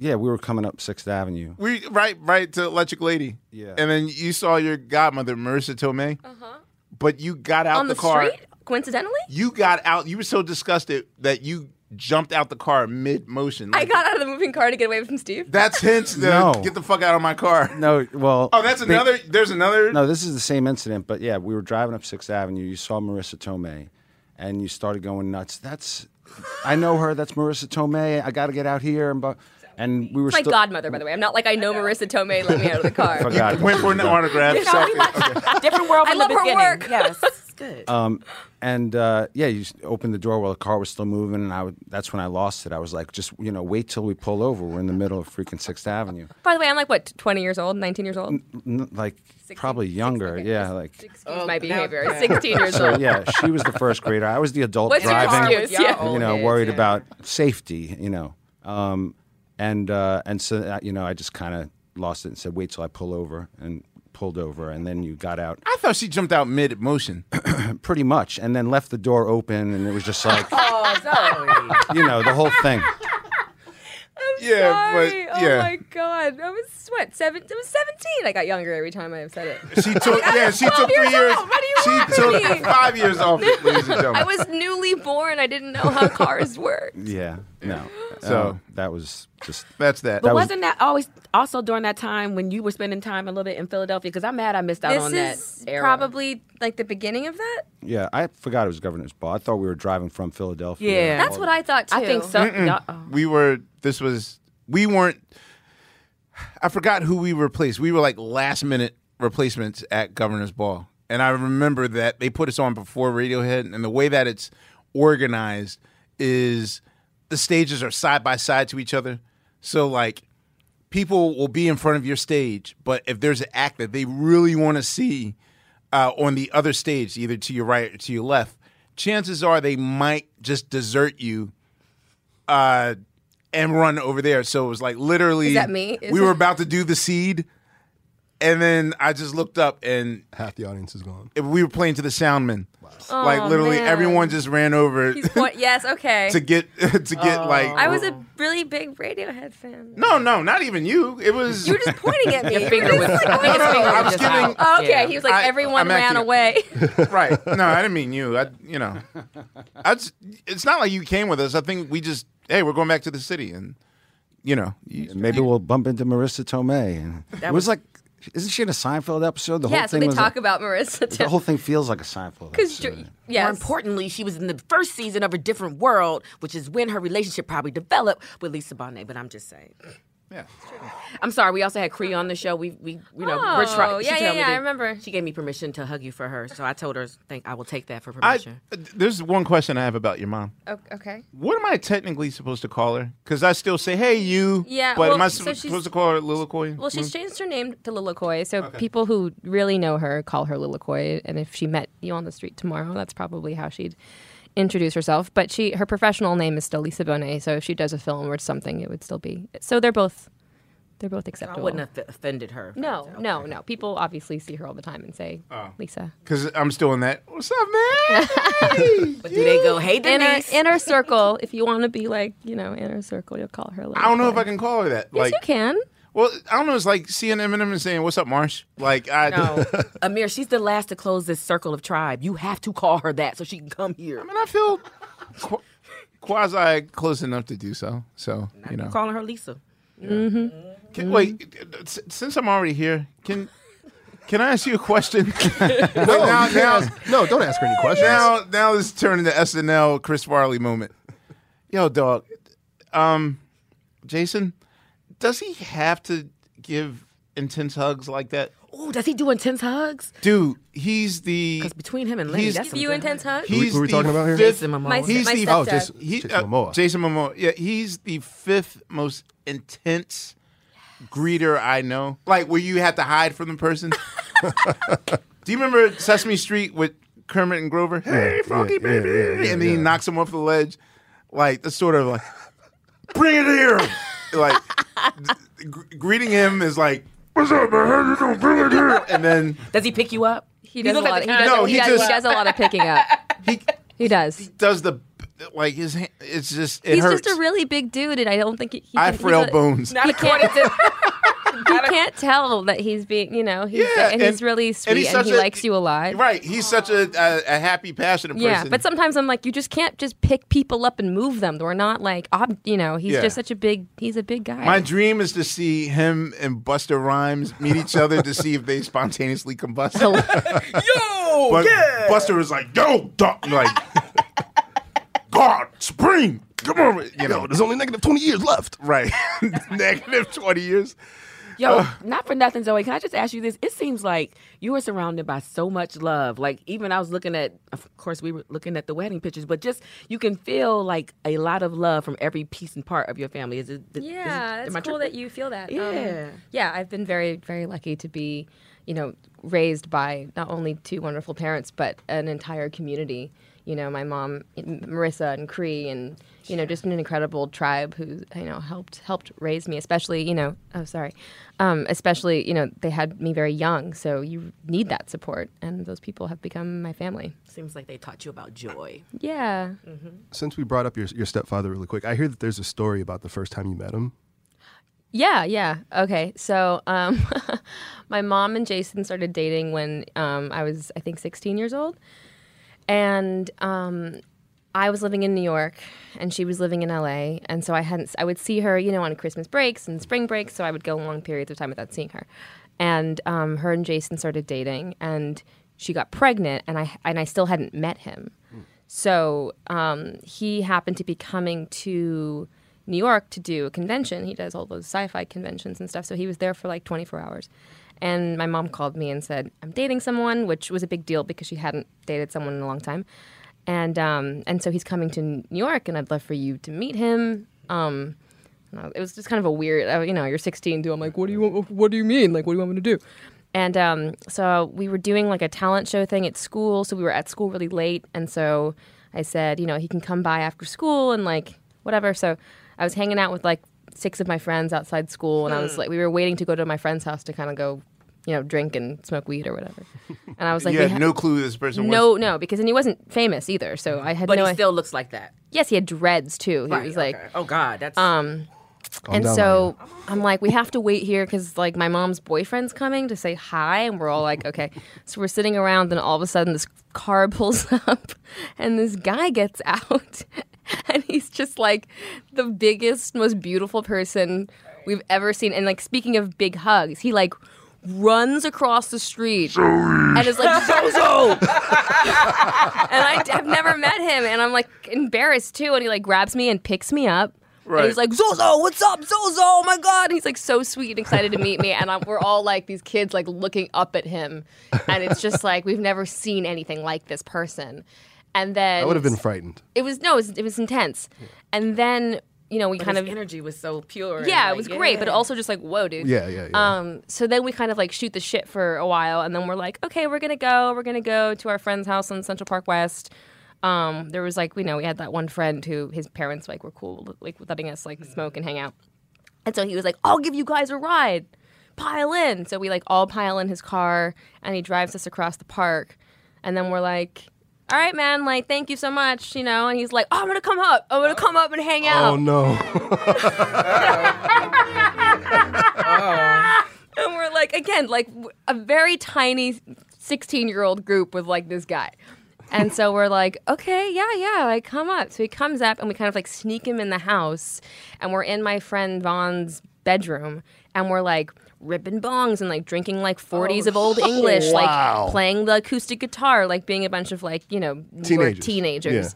H: Yeah, we were coming up Sixth Avenue.
A: We right, right to Electric Lady.
H: Yeah.
A: And then you saw your godmother, Marissa Tomei. Uh-huh. But you got out
F: Oh. On the,
A: car.
F: street, coincidentally,
A: You got out. You were so disgusted that you jumped out the car mid motion.
F: I got out of the moving car to get away from Steve.
A: That's hints. to
H: No.
A: Get the fuck out of my car.
H: No, well.
A: Oh, that's
H: they-
A: another. there's another.
H: No, this is the same incident, but yeah, we were driving up Sixth Avenue. You saw Marissa Tomei, and you started going nuts. That's
C: I know her. That's Marissa Tomei. I got to get out here." And bu- and we were
F: It's my
C: still-
F: godmother, by the way. I'm not like I know Marissa Tomei. Let me out of the car.
C: Forgot.
A: Went for an autograph.
F: You know,
A: so-
F: we
G: Different world
F: I
G: from
F: love
G: the
F: her
G: beginning.
F: work.
G: Yes, it's good.
C: Um, and uh, yeah, you just opened the door while the car was still moving, and I would, that's when I lost it. I was like, just you know, wait till we pull over. We're in the middle of freaking Sixth Avenue,
F: By the way, I'm like what, 20 years old, 19 years
A: Mm.
F: old?
C: N- like probably younger. yeah, like
F: Excuse
G: Oh,
F: my behavior. 16 years
C: so.
F: old.
C: Yeah, she was the first grader. I was the adult
F: What's your
C: driving.
F: excuse? Yeah.
C: You know, worried about safety. You know, um, and uh, and so uh, you know, I just kind of lost it and said, wait till I pull over, and pulled over, and then you got out.
A: I thought she jumped out mid motion.
C: pretty much, and then left the door open, and it was just like
G: Oh, Zoe.
C: you know the whole thing.
A: yeah,
F: Sorry.
A: but
F: Oh
A: yeah.
F: my god. I was what? Seven. I was 17. I got younger every time I said it.
A: she took yeah, she took
F: 12
A: three
F: years
A: years.
F: off. What do you
A: she
F: want from
A: took
F: me?
A: five years off, ladies and
F: I
A: gentlemen.
F: was newly born. I didn't know how cars work.
C: Yeah, no.
A: So-
C: Um, that was just
A: That's that.
C: That
G: But
C: was-
G: wasn't that always also during that time when you were spending time a little bit in Philadelphia? Because I'm mad I missed out
F: This
G: on
F: is
G: that era.
F: probably like the beginning of that.
C: yeah. I forgot it was Governor's Ball. I thought we were driving from Philadelphia.
G: Yeah.
F: That's what I thought too.
G: I think so. y'all- oh.
A: we were this was we weren't I forgot who we replaced. We were like last minute replacements at Governor's Ball. And I remember that they put us on before Radiohead and the way that it's organized is the stages are side by side to each other. So like people will be in front of your stage, but if there's an act that they really want to see uh, on the other stage, either to your right or to your left, chances are they might just desert you uh, and run over there. So it was like literally.
F: Is that me? Is
A: we were
F: it-
A: about to do the seed, and then I just looked up and
M: Half the audience is gone.
A: it- we were playing to the soundman. Like
F: Aw,
A: literally,
F: Oh, man.
A: everyone just ran over
F: He's point- yes. Okay.
A: to get to get like.
F: I was a really big Radiohead fan.
A: no, no, not even you. It was
F: You were just pointing at me.
G: Your finger
F: You were
G: was-
F: just,
G: I
F: like,
G: think his
A: no, no,
G: finger
A: I
G: was
A: was
G: just out.
A: giving-
F: Oh, okay,
G: Yeah.
F: he was like,
A: I-
F: everyone
A: I'm
F: ran
A: acting-
F: away.
A: right. No, I didn't mean you. I, you know, I just, it's not like you came with us. I think we just, hey, we're going back to the city, and you know, you,
C: Maybe we'll bump into Marissa Tomei. And it was,
G: was-
C: like, isn't she in a Seinfeld episode? The
F: yeah,
C: whole
F: so
C: thing
F: they
C: was
F: talk
C: like-
F: about Marissa
C: the whole
F: too.
C: thing feels like a Seinfeld.
F: Because
C: episode.
F: yes.
G: More importantly, she was in the first season of A Different World, which is when her relationship probably developed with Lisa Bonet. But I'm just saying.
A: yeah.
G: I'm sorry. We also had Cree on the show. We, we you know,
F: Oh,
G: we're trying.
F: yeah,
G: she
F: yeah,
G: told me
F: yeah,
G: to-
F: I remember.
G: She gave me permission to hug you for her, so I told her, "Think I will take that for
A: I,
G: permission."
A: there's one question I have about your mom.
F: O- okay.
A: What am I technically supposed to call her? Because I still say, hey, you.
F: Yeah,
A: But am
F: well,
A: I
F: so
A: sup-
F: she's-
A: supposed to call her Mm. Lilikoi?
F: Well, she's changed her name to Lilikoi, so people who really know her call her Lilikoi. And if she met you on the street tomorrow, that's probably how she'd introduce herself. But she, her professional name is still Lisa Bonet, so if she does a film or something, it would still be. So they're both, they're
G: I
F: both acceptable.
G: wouldn't have offended her.
F: no, no, no. People obviously see her all the time and say Lisa.
A: Because I'm still in that. Oh. What's up, man?
G: But do they go, "Hey,
F: Inner
G: Denise"?
F: inner circle. If you want to be like you know inner circle, you'll call her. Lilikoi.
A: I don't know if I can call her that.
F: Yes,
A: like,
F: you can.
A: well, I don't know. It's like seeing Eminem and saying, "What's up, Marsh?" Like, I.
G: No, Amir, she's the last to close this circle of tribe. You have to call her that so she can come here.
A: I mean, I feel qu- quasi close enough to do so. So you know,
G: calling her Lisa.
M: Mm-hmm.
A: Can, wait. s- Since I'm already here, can can I ask you a question?
M: No,
A: now-
M: you can't
A: now-
M: ask- no, don't ask her any questions.
A: now, now this turning to SNL Chris Farley moment. Yo, dog. Um, Jason, does he have to give intense hugs like that?
G: Ooh, does he do intense hugs?
A: Dude, he's the
G: Because between him and Lenny,
A: He's-
G: that's
F: Give you
G: some
F: intense
G: good-
F: hug.
A: he's
M: Who we
A: the
M: talking about here?
A: fifth-
G: Jason Momoa.
F: My,
A: He's
F: my
A: the-
F: stepdad.
M: Oh, just
A: He,
M: Jason
A: uh,
M: Momoa.
A: Jason Momoa. Yeah, he's the fifth most intense greeter I know. Like where you had to hide from the person. Do you remember Sesame Street with Kermit and Grover? Hey, Funky
M: yeah, yeah,
A: baby,
M: yeah,
A: and then he
M: yeah.
A: knocks him off the ledge. Like that's sort of like, bring it here. like gr- greeting him is like, what's up, man? How you doing? Bring it here. And then
G: Does he pick you up?
F: He does a
G: look like
F: lot.
G: the
F: he, does,
A: No,
F: he,
A: he
F: does,
A: just-
F: he does a lot of picking up.
A: he
F: He does.
A: does the like his. hand- It's just it
F: he's
A: hurts.
F: just a really big dude, and I don't think he. he
A: I
F: can- he's
A: frail
F: a-
A: bones.
G: Not according to.
F: You can't tell that he's being, you know, he's
A: Yeah,
F: he's
A: and-
F: really
A: and
F: sweet and,
A: he's such
F: he
A: a-
F: likes you a lot.
A: Right. He's such a, a, a happy, passionate person.
F: Yeah, but sometimes I'm like, you just can't just pick people up and move them. We're not like, ob- you know, he's
A: Yeah.
F: just such a big, he's a big guy.
A: My dream is to see him and Buster Rhymes meet each other to see if they spontaneously combust.
G: Yo,
F: Oh.
A: But
H: Oh,
G: yeah.
A: Buster was like, yo, duck. Like, God, Supreme, come on. You know,
H: there's only negative 20 years left.
A: Right. negative 20 years. Uh,
G: Yo, not for nothing, Zoe. Can I just ask you this? It seems like you are surrounded by so much love. Like even I was looking at, of course, we were looking at the wedding pictures, but just you can feel like a lot of love from every piece and part of your family. Is it? is it-
F: Yeah,
G: am
F: it's
G: I
F: cool
G: tripping?
F: that you feel that. Um,
G: Yeah.
F: yeah, I've been very, very lucky to be, you know, raised by not only two wonderful parents, but an entire community. You know, my mom, M- Marissa, and Cree, and you know, just an incredible tribe who you know helped helped raise me. Especially, you know, oh sorry, um, especially you know they had me very young, so you need that support, and those people have become my family.
G: Seems like they taught you about joy.
F: Yeah.
G: Mm-hmm.
H: Since we brought up your, your stepfather really quick, I hear that there's a story about the first time you met him.
F: Yeah, yeah. Okay. So, um, my mom and Jason started dating when um, I was, I think, 16 years old. And um, I was living in New York and she was living in LA. And so I hadn't, I would see her, you know, on Christmas breaks and spring breaks. So I would go long periods of time without seeing her. And um, her and Jason started dating and she got pregnant and I, and I still hadn't met him. So um, he happened to be coming to New York to do a convention. He does all those sci-fi conventions and stuff. So he was there for like 24 hours. And my mom called me and said, "I'm dating someone," which was a big deal because she hadn't dated someone in a long time. And um, and so he's coming to New York, and I'd love for you to meet him. Um, and I- it was just kind of a weird, uh, you know, you're 16, dude. I'm like, what do you want? What do you mean? Like, what do you want me to do? And um, so we were doing like a talent show thing at school. So we were at school really late. And so I said, you know, he can come by after school and like whatever. So I was hanging out with like six of my friends outside school. And I was like, we were waiting to go to my friend's house to kind of go, you know, drink and smoke weed or whatever. And I was like,
A: you
F: we
A: had
F: ha-
A: no clue this person
F: no,
A: was.
F: no, because and he wasn't famous either. So I had
G: But
F: no
G: he still looks like that.
F: Yes, he had dreads too. He
G: Right,
F: was like,
G: okay. oh God, that's
F: um,
H: Calm
F: and
H: down,
F: so I'm like, we have to wait here because like my mom's boyfriend's coming to say hi, and we're all like, okay. So we're sitting around, and all of a sudden this car pulls up, and this guy gets out, and he's just like the biggest, most beautiful person we've ever seen. And like speaking of big hugs, he like runs across the street and is like Zozo. and I, have never met him, and I'm like embarrassed too. And he like grabs me and picks me up.
A: Right.
F: And he's like Zozo, what's up, Zozo? Oh my god! And he's like so sweet and excited to meet me, and I'm, we're all like these kids like looking up at him, and it's just like we've never seen anything like this person. And then
H: I would have been frightened.
F: It was no, it was, it was intense. And then you know we
G: but
F: kind
G: his
F: of
G: energy was so pure. and,
F: yeah, it
G: like,
F: was great, but
G: yeah.
F: also just like, whoa, dude.
H: Yeah, yeah, yeah.
F: Um, so then we kind of like shoot the shit for a while, and then we're like, okay, we're gonna go, we're gonna go to our friend's house on Central Park West. Um, there was like, we know, we had that one friend who his parents like were cool, like with letting us like smoke and hang out, and so he was like, I'll give you guys a ride, pile in. So we like all pile in his car, and he drives us across the park, and then we're like. All right, man. Like, thank you so much. You know, and he's like, "Oh, I'm gonna come up. I'm gonna come up and hang out."
H: Oh no.
F: and we're like again like w- a very tiny 16 year old group with like this guy and so we're like okay yeah yeah like come up so he comes up and we kind of like sneak him in the house and we're in my friend vaughn's bedroom and we're like ripping bongs and like drinking like 40s of old english like playing the acoustic guitar like being a bunch of like you know New York
H: Teenagers.
F: teenagers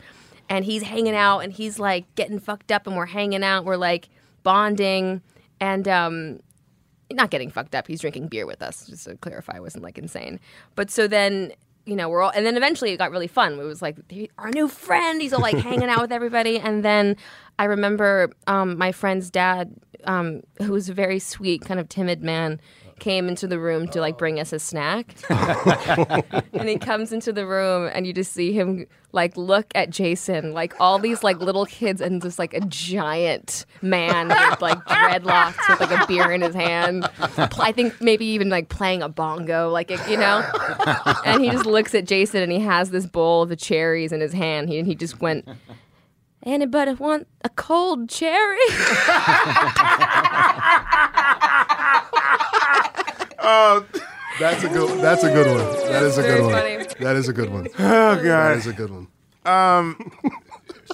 F: and he's hanging out and he's like getting fucked up and we're hanging out we're like bonding and um not getting fucked up he's drinking beer with us just to clarify I wasn't like insane but so then you know we're all and then eventually it got really fun it was like "He- our new friend he's all like hanging out with everybody and then i remember um, my friend's dad um, who was a very sweet kind of timid man came into the room to like bring us a snack and he comes into the room and you just see him like look at Jason, like all these like little kids and just like a giant man with like dreadlocks with like a beer in his hand. Pl- I think maybe even like playing a bongo, like it- you know. And he just looks at Jason and he has this bowl of the cherries in his hand. He, he just went. Anybody want a cold cherry?
A: Oh.
H: That's a good. That's a good one. That is a
F: Very
H: good one.
F: funny.
H: That is a good one.
A: Oh,
H: That
A: God.
H: is a good one.
A: Um,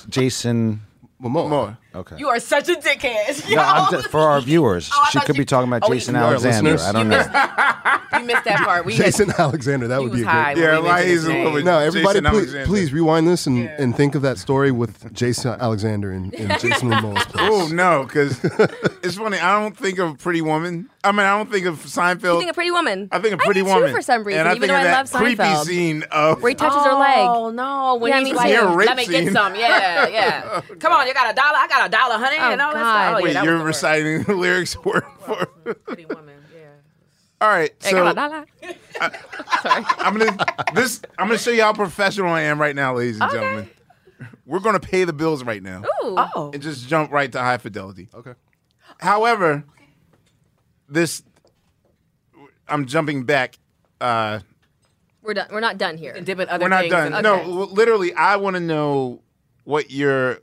C: Jason.
H: Momoa.
A: More.
C: Okay.
I: You are such a dickhead.
C: No, I'm just, for our viewers,
I: Oh, I
C: she
I: thought
C: could
I: you-
C: be talking about
I: oh, wait,
C: Jason
I: you are
C: Alexander.
H: listeners?
C: I don't know.
I: You
G: missed that part. We
E: Jason Alexander, that would
G: was
E: be a
G: high
E: great.
G: when Yeah, we went to Eli's his in love name. with
E: No,
G: Jason
E: everybody, please,
A: Alexander.
E: please rewind this and, and think of that story with Jason Alexander and, and Jason Momoa's place.
A: Oh no, because it's funny. I don't think of Pretty Woman. I mean, I don't think of
F: You
A: Seinfeld.
F: think a pretty woman?
A: I think of Pretty
F: do
A: Woman
F: for some reason,
A: and I
F: even
A: think
F: though
A: of
F: I love
A: that creepy
F: Seinfeld.
A: scene of
F: Where he touches her leg.
G: Oh no! When
F: Yeah,
G: he's
F: me
G: like,
A: too. Yeah, rape
G: "Let me
A: scene.
G: get some," yeah, yeah. Come on, you got a dollar? I got a dollar, honey,
F: Oh,
G: and all
F: God.
G: that stuff. Oh,
A: Wait,
G: yeah, that was
A: you're
G: the worst.
A: reciting the lyrics word for.
G: Pretty woman. Yeah.
A: All right,
F: Hey, come
A: so
F: on, la, la.
A: I'm gonna this. I'm gonna show you how professional I am right now, ladies and gentlemen. We're gonna pay the bills right now
F: Ooh.
G: Oh,
A: and just jump right to high fidelity.
E: Okay.
A: However, this I'm jumping back. Uh,
F: We're done. We're not done here.
G: dip in other
A: we're not
G: things
A: done.
G: and-
A: No,
G: Okay.
A: l- literally, I want to know what your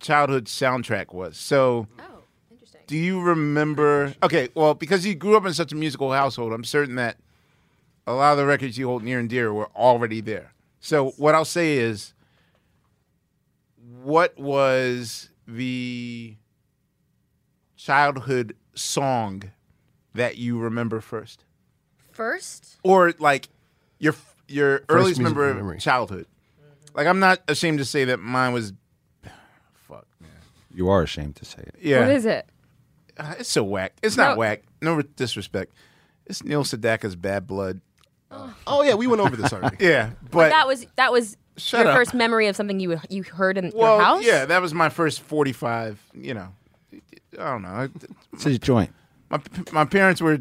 A: childhood soundtrack was. So,
F: Oh, interesting.
A: do you remember? Okay, well, because you grew up in such a musical household, I'm certain that a lot of the records you hold near and dear were already there. So, what I'll say is, what was the childhood song that you remember first?
F: First,
A: or like your your earliest
E: musical
A: member of
E: memory.
A: childhood.
F: Mm-hmm.
A: Like I'm not ashamed to say that mine was. Fuck. man.
H: You are ashamed to say it.
A: Yeah,
F: what is it?
A: Uh, it's so whack. It's
F: No.
A: not whack. No re- disrespect. It's Neil Sedaka's Bad Blood.
E: Oh yeah, we went over this already.
A: Yeah, but,
F: That was that was
A: Shut
F: your
A: up.
F: first memory of something you you heard in
A: well,
F: your house.
A: yeah, that was my first 45. You know, I don't know. I-
H: It's a joint.
A: My my parents were.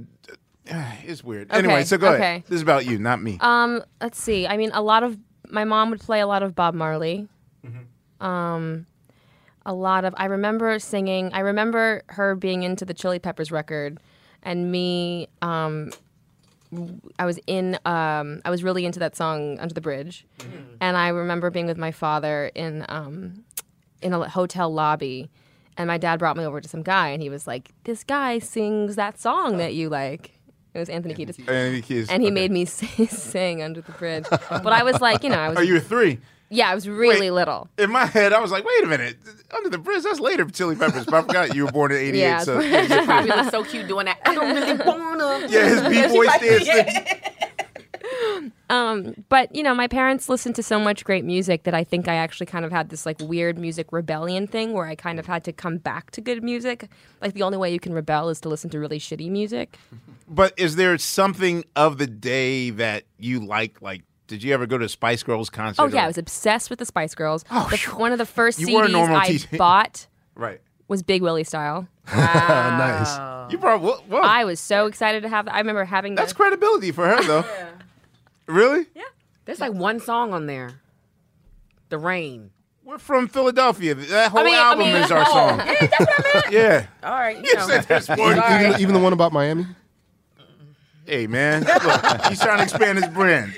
A: uh, It's weird.
F: Okay,
A: Anyway, so go
F: okay.
A: ahead. This is about you, not me.
F: Um, let's see. I mean, a lot of my mom would play a lot of Bob Marley. Um, a lot of I remember singing. I remember her being into the Chili Peppers record, and me. Um, w- I was in. Um, I was really into that song "Under the Bridge," and I remember being with my father in um, in a hotel lobby. And my dad brought me over to some guy, and he was like, "This guy sings that song that you like." It was Anthony Kiedis
A: and he, is-
F: Uh, and he
A: okay.
F: made me sing, sing under the bridge. but I was like, you know, I was
A: Oh, you were three.
F: yeah, I was really
A: Wait.
F: little.
A: in my head, I was like, wait a minute, Under the Bridge, that's later Chili Peppers, but I forgot you were born in 88.
F: Yeah,
A: so
G: She probably looked so cute doing that. I don't really wanna.
A: yeah, his B-boy stance.
F: Um, But you know, my parents listened to so much great music that I think I actually kind of had this like weird music rebellion thing where I kind of had to come back to good music. Like the only way you can rebel is to listen to really shitty music.
A: But is there something of the day that you like? Like, did you ever go to a Spice Girls concert?
F: Oh
A: or-
F: yeah, I was obsessed with the Spice Girls.
A: Oh,
F: The-
A: phew.
F: one of the first
A: You were a
F: CDs
A: normal
F: I
A: teen-
F: bought
A: Right.
F: was Big Willie Style.
E: nice.
A: You probably, well, well,
F: I was so excited to have. I remember having
A: that's
F: the,
A: credibility for her, though. Really?
G: There's like one song on there. The rain.
A: We're from Philadelphia. That whole
G: mean- I
A: album
G: mean- oh,
A: is our song. yeah, that's what I meant. Yeah.
G: All right, you
A: You said
G: know.
A: there's more-
E: Even, even the one about Miami.
A: Hey, man. Look, he's trying to expand his brand.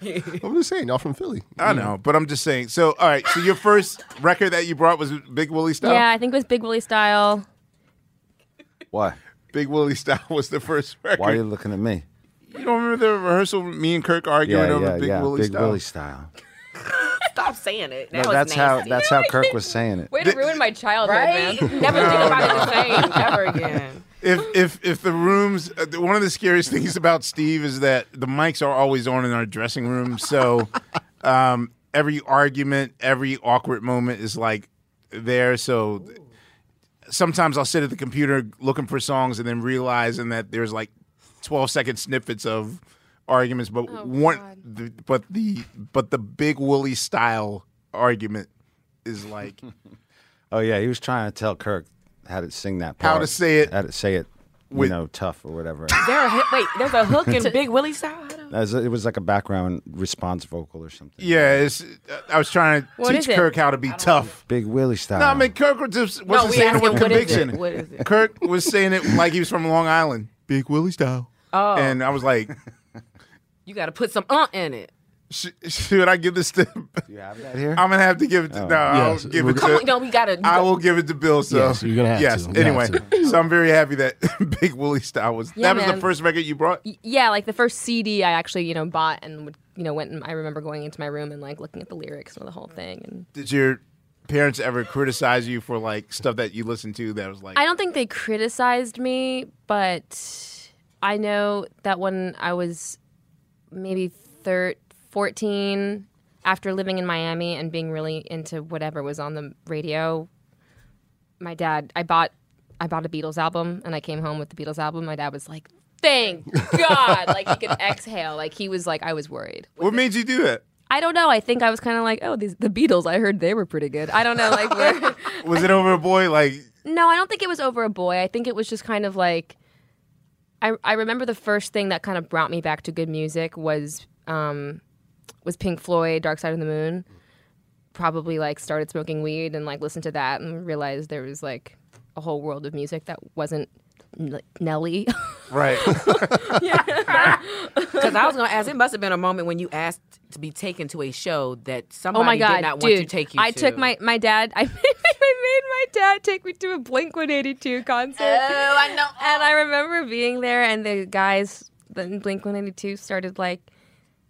E: I'm just saying, y'all from Philly.
A: I know, but I'm just saying. So, all right. So, your first record that you brought was Big Willie Style?
F: yeah, I think it was Big Willie Style.
H: Why?
A: Big Willie Style was the first record.
H: Why are you looking at me?
A: You don't remember the rehearsal? Me and Kirk arguing over Big Willie
H: Big
A: Style.
H: Willie style.
G: Stop saying it. That
H: No,
G: was
H: that's how
G: nasty.
H: that's how Kirk was saying it.
F: Way to ruin my childhood,
G: right.
F: man.
G: Never think about it the same ever again.
A: If if if the rooms, uh, one of the scariest things about Steve is that the mics are always on in our dressing room. So, um, every argument, every awkward moment is like there. So. Sometimes I'll sit at the computer looking for songs and then realizing that there's like 12 second snippets of arguments, but one, the, but the but the big woolly style argument is like
H: Oh yeah, he was trying to tell Kirk how to sing that part.
A: How to say it
H: How to say it. You
A: with-
H: know, tough or whatever.
G: There, are, wait, there's a hook in Big Willie style. I don't-
H: As- it was like a background response vocal or something.
A: Yeah, it's, I was trying to
F: What
A: teach
F: is it?
A: Kirk how to be tough.
H: Big Willie style.
A: No, I mean Kirk was just
G: No,
A: wasn't
G: we
A: saying it with
G: asking, what is it?
A: conviction.
G: What is it?
A: Kirk was saying it like he was from Long Island,
E: Big Willie style.
G: Oh,
A: and I was like,
G: you got to put some uh in it.
A: "Sh- "Should I give this to?"
H: you have that here. Oh.
A: I'm gonna have to give it. To, no, I'll
E: Yes,
A: give
E: we're
A: it
E: gonna-
G: Come
A: to.
G: on, no, we got to.
A: I will give it to Bill. So
E: Yes, you're gonna have
A: yes.
E: to. You
A: Anyway,
E: have
A: so I'm very happy that Big Willie style was.
F: Yeah,
A: that was
F: man.
A: the first record you brought.
F: Yeah, like the first CD I actually, you know, bought and would, you know, went and I remember going into my room and like looking at the lyrics for the whole thing. And
A: Did your parents ever criticize you for like stuff that you listened to that was like?
F: I don't think they criticized me, but I know that when I was maybe thir 14, after living in Miami and being really into whatever was on the radio, my dad, I bought, I bought a Beatles album, and I came home with the Beatles album. My dad was like, "Thank God!" like he could exhale. Like he was like, I was worried.
A: What made you do it?
F: I don't know. I think I was kind of like, "Oh, these, the Beatles." I heard they were pretty good. I don't know. Like where.
A: Was it over a boy? Like
F: No, I don't think it was over a boy. I think it was just kind of like I I remember the first thing that kind of brought me back to good music was um was Pink Floyd, Dark Side of the Moon. Probably like started smoking weed and like listened to that and realized there was like a whole world of music that wasn't n- Nelly.
A: right?
G: Because I was going to ask, it must have been a moment when you asked to be taken to a show that somebody
F: oh my god,
G: did not
F: dude!
G: want to take you
F: I
G: to.
F: took my my dad. I made, I made my dad take me to a Blink One Eighty Two concert.
J: Oh, I know.
F: And I remember being there, and the guys, the Blink 182 started like,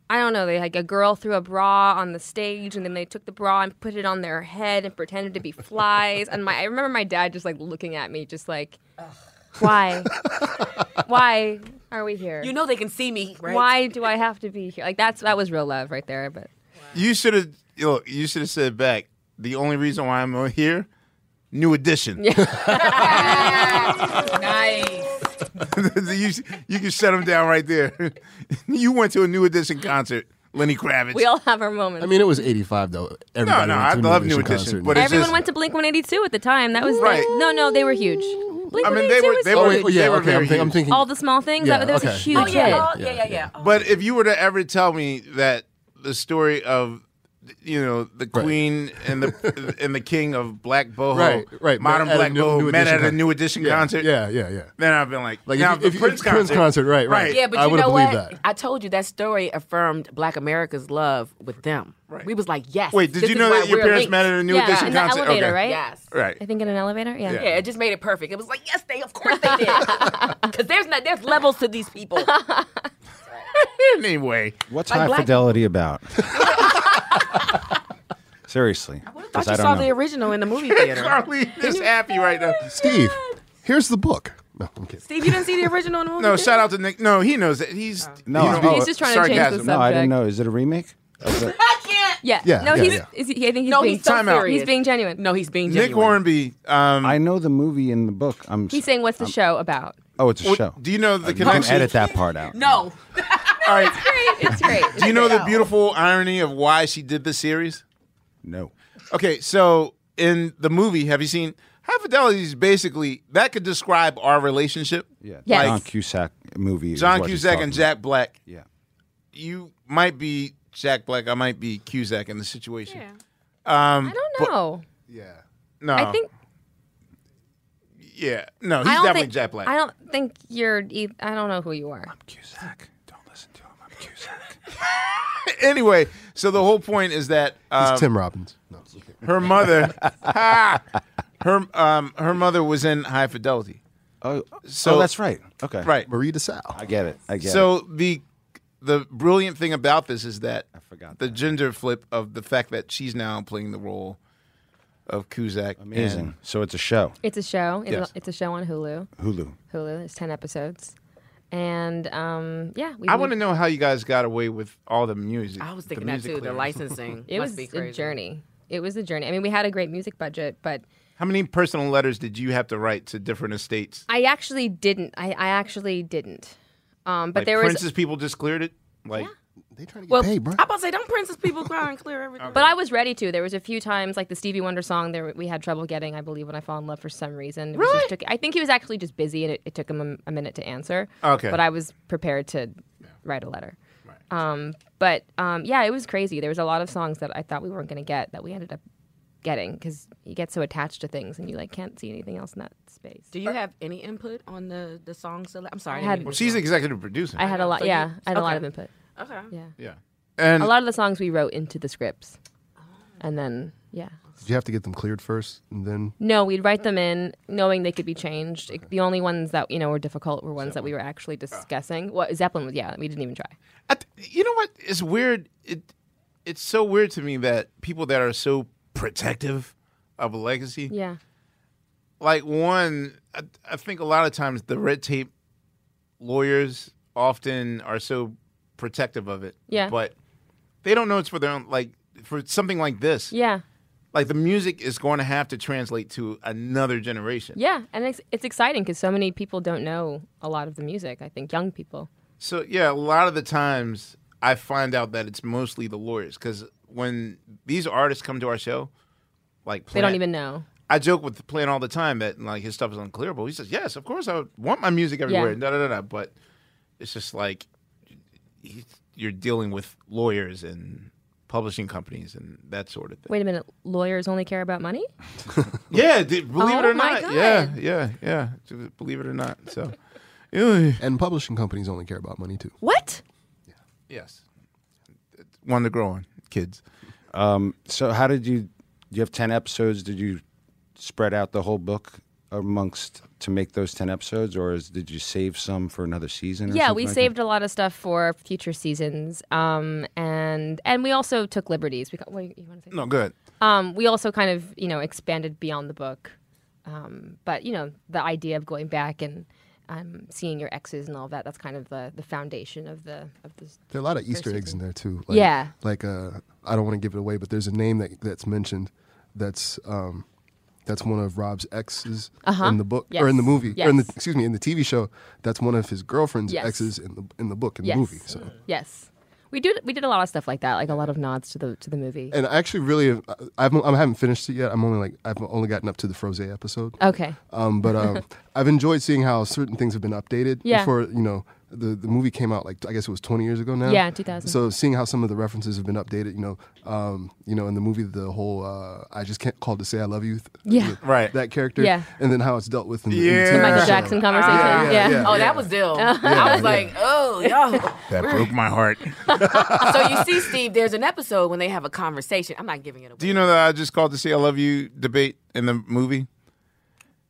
F: I don't know, they like a girl threw a bra on the stage, and then they took the bra and put it on their head and pretended to be flies. and my, I remember my dad just like looking at me, just like, why, why are we here?
G: You know they can see me, right?
F: Why do I have to be here? Like that's that was real love right there. But
A: You should have look. You should have said back. The only reason why I'm here, New Edition.
G: Nice.
A: you you can shut them down right there. you went to a New Edition concert, Lenny Kravitz.
F: we all have our moments.
H: I mean, it was 85, though. Everybody
A: no,
H: went
A: I
H: to a
A: love New
H: Edition
A: Edition,
H: concert.
A: but it's
F: Everyone
A: just-
F: went to Blink 182 at the time. That was
A: Right.
F: the, no, no, they were huge. Blink
A: I mean,
F: 182
A: they were-
F: was
A: they
F: huge.
A: were-
H: oh, wait,
A: they
H: yeah,
A: were
H: okay.
A: very
H: I'm, think, I'm
A: huge.
H: thinking.
F: all the small things.
H: Yeah,
F: that, that was a
H: okay.
F: huge
H: Oh,
F: hit.
H: yeah,
G: Oh,
H: Yeah,
G: yeah,
H: yeah,
G: yeah, yeah.
A: But if you were to ever tell me that the story of you know the queen and the and the king of black boho,
H: Right, right,
A: modern
H: met at a
A: black
H: New-
A: boho,
H: New
A: met
H: Edition
A: at a
H: con-
A: New Edition concert,
H: Yeah, yeah, yeah.
A: then I've been like,
H: Like,
A: now
H: if,
A: the
H: if,
A: Prince,
H: if
A: concert,
H: Prince concert, right, right.
A: Right.
G: Yeah, but
H: I
G: you
H: would
G: know
H: have believed
G: what?
H: that.
G: I told you that story affirmed Black America's love with them.
A: Right.
G: We was like, yes.
A: Wait, did
G: this
A: you
G: is
A: know
G: why
A: that your
G: we're
A: parents
G: linked.
A: met at a New
F: yeah,
A: Edition
F: in the
A: concert?
F: elevator,
A: Okay.
F: right?
G: Yes.
F: I
A: Right.
F: think in an elevator. Yeah.
A: Yeah.
G: Yeah, it just made it perfect. It was like, yes, they, of course they did. Because there's not, there's levels to these people.
A: Anyway,
C: What's
G: Like
C: high
G: black-
C: fidelity about? Seriously,
G: I
C: because
G: thought you
C: don't
G: saw
C: know.
G: the original in the movie theater.
A: Carly is happy right now.
H: Steve.
E: Here's the book. No, I'm kidding.
G: Steve, you didn't see the original in the movie
A: No,
G: theater?
A: shout out to Nick. No, he knows that he's
C: No,
A: you
C: I-
A: know,
C: He's
F: just trying to change
A: sarcasm.
F: this
C: No, I
F: Subject.
C: didn't know. Is it a remake? Is it-
J: I can't.
F: Yeah.
H: Yeah,
F: No,
H: yeah,
F: he's.
H: yeah.
F: Is he, I think he's
G: No,
F: being
G: he's so
A: Time out.
G: serious.
F: He's being genuine.
G: No, he's being
A: Nick
G: genuine.
A: Hornby. Um,
C: I know the movie and the book. I'm.
F: He's saying, "What's the show about?"
C: oh, it's a
A: what-
C: show.
A: do you know the
C: You can
A: connection?
C: edit that part out.
G: No.
A: All right.
F: It's great.
A: Do you know the beautiful irony of why she did this series?
C: No.
A: Okay, so in the movie, have you seen High Fidelity? Is basically that could describe our relationship.
C: Yeah.
F: Yes.
C: John Cusack movie. is
A: John
C: what he's
A: Cusack
C: talking
A: and
C: about.
A: Jack Black.
C: Yeah.
A: You might be Jack Black. I might be Cusack in the situation. Um,
F: I don't know.
E: Yeah.
A: No,
F: I think.
A: Yeah, no, he's
F: I don't
A: definitely
F: think.
A: Jack Black.
F: I don't think you're. eith- I don't know who you are.
C: Cusack. Don't listen to him. I'm Cusack.
A: anyway, so the whole point is that
E: It's
A: um,
E: Tim Robbins. No.
A: her mother, Ha! her um, her mother was in High Fidelity,
C: Oh,
A: So-
C: so that's right. Okay.
A: right?
E: Marie DeSalle.
C: I get it. I get it.
A: So the the brilliant thing about this is that I
C: forgot
A: the gender flip of the fact that she's now playing the role of Kuzak.
C: Amazing. so it's a show.
F: It's a show. It's,
A: Yes.
F: a, it's a show on Hulu.
C: Hulu.
F: Hulu. There's ten episodes, and um, yeah, we.
A: I want to know how you guys got away with all the music.
G: I was
A: the
G: thinking that
A: music
G: too. The
A: lyrics.
G: licensing.
F: It
G: must
F: was
G: be
F: a
G: crazy.
F: journey. It was a journey. I mean, we had a great music budget, but
A: How many personal letters did you have to write to different estates?
F: I actually didn't. I, I actually didn't. Um, but
A: Like
F: there was
A: Prince's people just cleared it. Like
E: They trying to get
G: Well,
E: paid, bro.
G: I'm about to say, don't Princess people cry and clear everything.
F: But I was ready to. There was a few times, like the Stevie Wonder song, there we had trouble getting. I believe when I fall in love for some reason. It was just took, I think he was actually just busy, and it, it took him a, a minute to answer.
A: Okay.
F: But I was prepared to write a letter. Um, but um, yeah, it was crazy. There was a lot of songs that I thought we weren't going to get that we ended up getting because you get so attached to things and you like can't see anything else in that space.
G: Do you have any input on the the song? Sele- I'm sorry. I
F: had-
G: didn't
A: well,
G: mean to
A: she's executive producer.
F: I had a lot.
G: So you-
F: yeah, I had a lot
G: okay.
F: of input.
G: interrupt. Okay.
F: Yeah,
A: yeah, and
F: a lot of the songs we wrote into the scripts, and then yeah.
E: Did you have to get them cleared first and then
F: No, we'd write them in knowing they could be changed. The only ones that you know were difficult were ones that we were actually
A: Ah.
F: discussing. What Zeppelin was? Yeah, we didn't even try.
A: I th- you know what? It's weird. It it's so weird to me that people that are so protective of a legacy.
F: Yeah,
A: like one I, I think a lot of times the red tape lawyers often are so protective of it.
F: Yeah.
A: But they don't know it's for their own like for something like this.
F: Yeah.
A: Like the music is going to have to translate to another generation.
F: Yeah, and it's it's exciting because so many people don't know a lot of the music. I think young people.
A: So yeah, a lot of the times I find out that it's mostly the lawyers because when these artists come to our show, like
F: They don't
A: Plant-
F: even know.
A: I joke with Plant all the time that like his stuff is unclearable. He says, "Yes, of course I would want my music everywhere."
F: Yeah.
A: Da, da, da, da. But it's just like he- you're dealing with lawyers and publishing companies and that sort of thing.
F: Wait a minute, lawyers only care about money?
A: Yeah, d- believe it
F: Oh
A: or
F: my
A: not.
F: God.
A: Yeah, yeah, yeah. Just Believe it or not. So
E: And publishing companies only care about money too.
F: What?
A: yes, one to grow on, kids.
C: Um, so how did you? You have ten episodes. Did you spread out the whole book amongst to make those ten episodes, or is, did you save some for another season? Or
F: yeah,
C: something
F: we
C: like
F: saved a lot of stuff for future seasons, um, and and we also took liberties. We got, what, you want to say?
A: No, good.
F: Um, we also kind of you know expanded beyond the book, um, but you know the idea of going back and um, seeing your exes and all that—that's kind of the, the foundation of the of the.
E: There are a lot of Easter
F: first
E: eggs
F: season.
E: in there too.
F: Yeah.
E: Like uh, I don't want to give it away, but there's a name that that's mentioned. That's um, that's one of Rob's exes
F: Uh-huh.
E: in the book or in the
F: Yes.
E: movie or in the
F: Yes.
E: excuse me in the TV show. That's one of his girlfriend's
F: Yes.
E: exes in the in the book in
F: Yes.
E: the movie. So.
F: Yes, we did. We did a lot of stuff like that, like a lot of nods to the to the movie.
E: And I actually, really, I- I've, I haven't finished it yet. I'm only like I've only gotten up to the Froze episode.
F: Okay.
E: Um, but um, I've enjoyed seeing how certain things have been updated.
F: Yeah.
E: Before you know, the, the movie came out like I guess it was 20 years ago now.
F: Yeah, 2000.
E: So seeing how some of the references have been updated, you know, um, you know, in the movie the whole uh, I just can't call to say I love you. th-
F: Yeah.
E: the-
A: Right.
E: That character.
F: Yeah.
E: And then how it's dealt with in the, in
A: Yeah.
E: the
A: The
E: TV
F: Michael
E: show.
F: Jackson conversation.
E: yeah, yeah, yeah.
G: oh, that was Dill. I was like, oh, yo.
A: That broke my heart.
G: so you see, Steve, there's an episode when they have a conversation. I'm not giving it away.
A: Do you know that I just called to say I love you debate in the movie?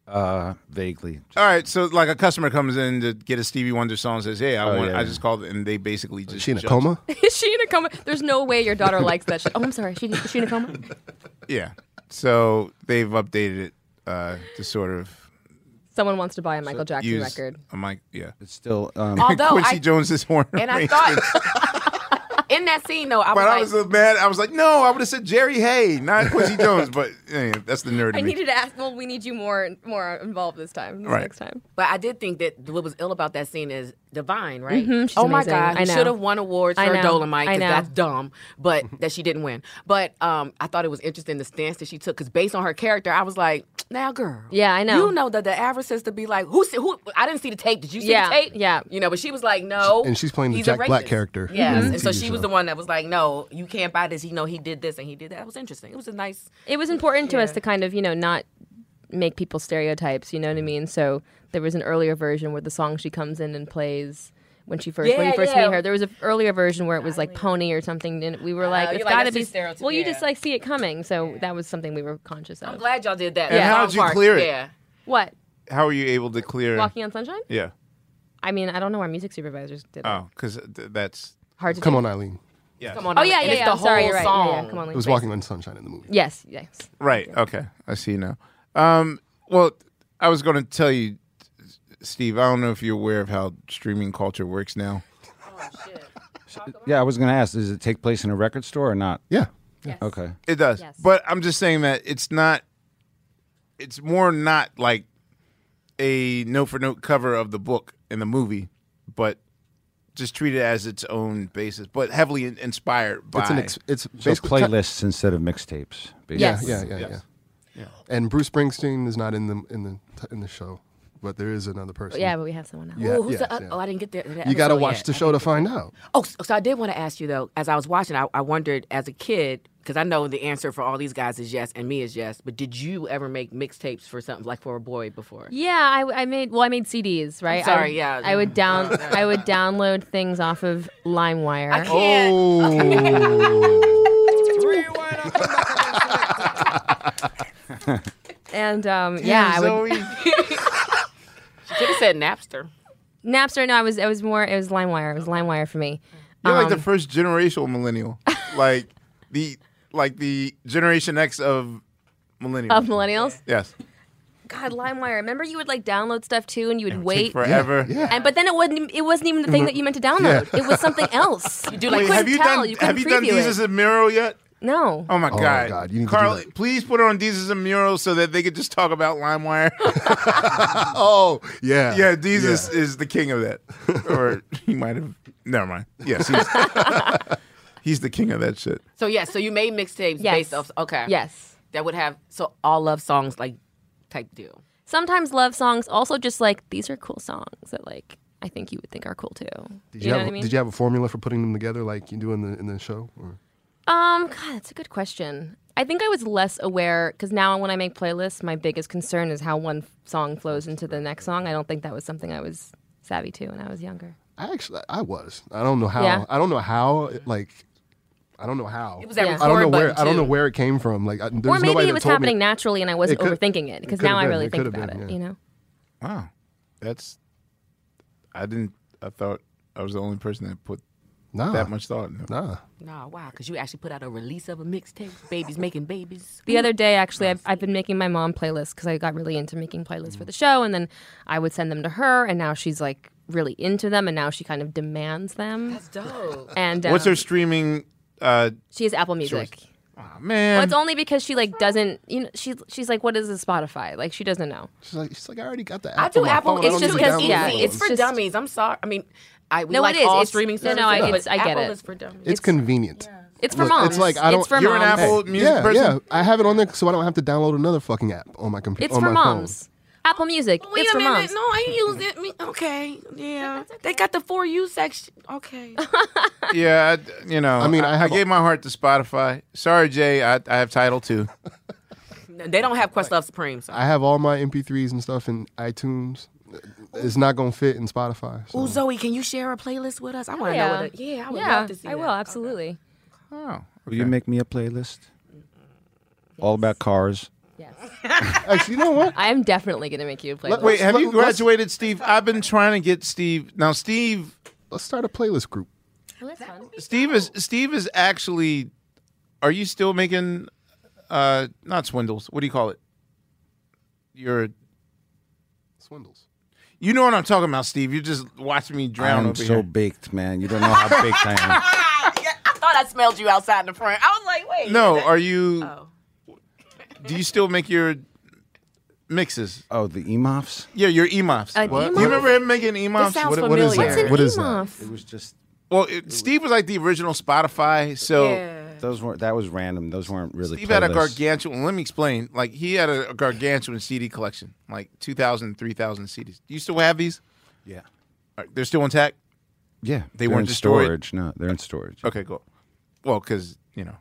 C: that? Uh, vaguely.
A: All right, so like a customer comes in to get a Stevie Wonder song and says, "Hey, I
C: Oh,
A: want,"
C: yeah,
A: I
C: yeah.
A: just called, and they basically just
E: Is she in a
A: judge-
E: coma?
F: Is she in a coma? There's no way your daughter likes that shit. Oh, I'm sorry. She, is she in a coma?
A: Yeah, so they've updated it uh, to sort of
F: Someone wants to buy a Michael Jackson
A: use
F: record.
A: a mic. Yeah,
C: It's still. Um,
G: Although
A: Quincy
G: I-
A: Jones's horn.
G: And I
A: arrangement.
G: thought in that scene though, I was
A: but
G: like,
A: I was uh, mad. I was like, "No, I would have said Jerry Hay, not Quincy Jones." But anyway, that's the nerd.
F: I
A: in me.
F: needed to ask. Well, we need you more more involved this time. This
A: Right.
F: next time.
G: but I did think that what was ill about that scene is Divine, right?
F: Mhm, she's
G: oh my
F: amazing.
G: God,
F: I know.
G: should have won awards
F: I
G: for
F: know.
G: Dolomite
F: I
G: because
F: know.
G: that's dumb, but that she didn't win. But um, I thought it was interesting the stance that she took because based on her character, I was like, now girl,
F: Yeah, I know.
G: you know that the average sister be like, who? se- Who? I didn't see the tape. Did you see
F: Yeah,
G: the tape?
F: yeah.
G: you know. But she was like, no,
E: And she's playing the
G: he's a
E: Jack Black
G: rapist.
E: character
G: Yes,
E: in the
G: and so
E: TV
G: she was
E: show.
G: the one that was like, no, you can't buy this. You know, he did this and he did that. It was interesting. It was a nice.
F: It was important to us to kind of you know not make people stereotypes. You know what I mean? So there was an earlier version where the song she comes in and plays. When she first, when
G: Yeah,
F: you first
G: yeah.
F: meet her, there was an earlier version where it was like pony or something, and we were like,
G: you're
F: it's
G: Uh, like,
F: got to
G: that's
F: be.
G: too stereotypical.
F: Well, you
G: Yeah.
F: just like see it coming, so that was something we were conscious
G: I'm
F: of.
G: glad y'all did that.
A: And
G: That
A: how'd
G: song
A: you clear it?
G: Yeah.
F: What?
A: How are you able to clear?
F: Walking on sunshine?
A: Yeah.
F: I mean, I don't know. Our music supervisors did. it.
A: Oh, because th- that's
F: Hard to
E: Come
F: do.
E: on, Eileen.
A: yeah.
G: Come on.
F: Oh yeah,
G: and
F: yeah,
G: it's
F: yeah.
G: The
F: I'm
G: whole
F: sorry, you're right.
G: song.
F: Yeah, yeah, come on,
E: It was Walking on Sunshine in the movie.
F: Yes, yes.
A: Right. Okay. I see now. Um, well, I was going to tell you, Steve. I don't know if you're aware of how streaming culture works now.
C: yeah, I was going to ask. Does it take place in a record store or not?
E: Yeah.
C: Okay.
A: It does,
F: Yes.
A: but I'm just saying that it's not. It's more not like a note for note cover of the book in the movie, but just treat it as its own basis, but heavily in- inspired by.
E: It's an ex- it's
C: So
E: basically
C: playlists instead of mixtapes. basically.
F: Yes.
E: Yeah, yeah, yeah. And Bruce Springsteen is not in the in the in the show, but there is another person.
F: Yeah, but we have someone else.
E: Yeah,
G: Ooh, who's
E: yeah,
G: the oth-
E: yeah.
G: Oh, I didn't get there.
E: you got to watch the show to find out.
G: Oh, so so I did want to ask you though. As I was watching, I, I wondered as a kid because I know the answer for all these guys is yes, and me is yes. But did you ever make mixtapes for something like for a boy before?
F: Yeah, I, I made well, I made CDs, right?
G: sorry,
F: I
G: yeah.
F: would, I would down, I would download things off of LimeWire.
A: Oh.
F: and um, yeah, I would
G: Should have said Napster.
F: Napster. No, I was, I was more, it was LimeWire. It was LimeWire for me.
A: You're like
F: Um,
A: the first generational millennial, like the like the Generation X of millennials.
F: of millennials.
A: yes,
F: God, LimeWire. Remember, you would like download stuff too, and you would
A: would
F: wait
A: take forever. Yeah, yeah.
F: And but then it wasn't. It wasn't even the thing that you meant to download.
A: Yeah.
F: It was something else. You do like couldn't
A: have you
F: tell.
A: done
F: you couldn't
A: have you done
F: preview
A: these
F: it.
A: as a mural yet?
F: No.
A: Oh my
E: Oh,
A: god,
E: God, you need to do
A: Carly, please put it on these as a mural so that they could just talk about LimeWire.
E: oh yeah,
A: yeah. These Is, is the king of that, or he might have. Never mind. Yes, he's, he's the king of that shit.
G: So yeah, so you made mixtapes
F: Yes.
G: based off okay.
F: Yes.
G: That would have so all love songs like type deal.
F: Sometimes love songs. Also, just like these are cool songs that like I think you would think are cool too.
E: Did
F: you,
E: you,
F: know
E: have,
F: what I mean?
E: did you have a formula for putting them together like you do in the in the show? Or?
F: Um, God, that's a good question. I think I was less aware because now when I make playlists, my biggest concern is how one f- song flows into the next song. I don't think that was something I was savvy to when I was younger.
E: I actually I was. I don't know how.
F: Yeah.
E: I don't know how. Like, I don't know how. It
F: was that
E: I don't know
F: record
E: where.
F: button,
E: I don't know
F: too.
E: where it came from. Like, I, there
F: or
E: was
F: maybe
E: nobody
F: it
E: that
F: was
E: told me-
F: happening naturally and I wasn't
E: It could-
F: overthinking it because
E: could have
F: now I
E: been,
F: really
E: it
F: think
E: could have
F: about
E: been,
F: it.
E: yeah.
F: You know,
A: Wow, that's. I didn't. I thought I was the only person that put
E: Nah.
A: that much thought. into it.
E: Nah.
G: Nah, wow, because you actually put out a release of a mixtape, Babies Making Babies.
F: the other day actually, I've, I've been making my mom playlists because I got really into making playlists for the show, and then I would send them to her, and now she's like really into them, and now she kind of demands them. That's
G: dope.
F: And
A: What's her
F: um,
A: streaming? Uh,
F: She has Apple Music.
A: Aw, man.
F: Well, it's only because she like doesn't. You know, she she's like, what is a Spotify? Like she doesn't know.
E: She's like, she's like, I already got the
G: I do Apple.
F: It's just because yeah,
G: it's for
F: just-
G: dummies. I'm sorry. I mean, I we
F: No, it
G: like
F: is.
G: all
F: It's-
G: streaming
F: no,
G: services.
F: no, I- it's-
G: but
F: I get
G: Apple
F: it.
G: is for dummies.
E: It's, convenient.
F: It's for
E: Look,
F: moms.
E: It's like I don't.
F: It's for You're an moms. Apple Music
E: yeah,
F: person?
E: Yeah, I have it on there so I don't have to download another fucking app on my computer.
F: It's for moms. Apple Music.
G: Wait
F: it's
G: a
F: for
G: minute.
F: moms.
G: No, I ain't used it. Me- Okay, yeah, they got the for you section. Okay,
A: yeah, I, you know. I mean, I, gave my heart to Spotify. Sorry, Jay. I, I have title too.
G: No, they don't have Questlove Supreme. So.
E: I have all my MP3s and stuff in iTunes. It's not gonna fit in Spotify. So.
G: Ooh, Zoe, can you share a playlist with us? I want to know what. It, yeah, I would love to see.
F: I will absolutely.
A: Oh,
C: Will you make me a playlist? All about cars.
E: Actually, you know what?
F: I am definitely gonna make you a playlist.
A: Wait, have you graduated, Steve? I've been trying to get Steve. Now, Steve.
E: Let's start a playlist group.
F: Oh, that's fun.
A: Steve is Steve is actually. Are you still making? uh Not swindles. What do you call it? Your
E: swindles.
A: You know what I'm talking about, Steve. You just watching me drown
C: I'm
A: over
C: so
A: here.
C: baked, man. You don't know how baked I am.
G: I thought I smelled you outside in the front. I was like, wait.
A: No, are you?
G: Oh.
A: Do you still make your mixes?
C: Oh, the
G: E
C: emofs.
A: Yeah, your E emofs.
C: An
A: What?
C: EMOF?
A: You remember him making E emofs?
G: This sounds What- what is familiar. that? What's an What is that? EMOF?
C: It was just
A: Well, it, Steve was like the original Spotify, so.
C: those weren't. That was random. Those weren't really.
A: Steve had a
C: playlists.
A: gargantuan. Let me explain. Like he had a, a gargantuan CD collection, like 2,000, 3,000 CDs. Do you still have these?
C: Yeah.
A: All right, they're still intact.
C: Yeah,
A: They
C: they're
A: weren't
C: in
A: destroyed?
C: storage. No, they're in storage.
A: Okay, cool. Well, because you know,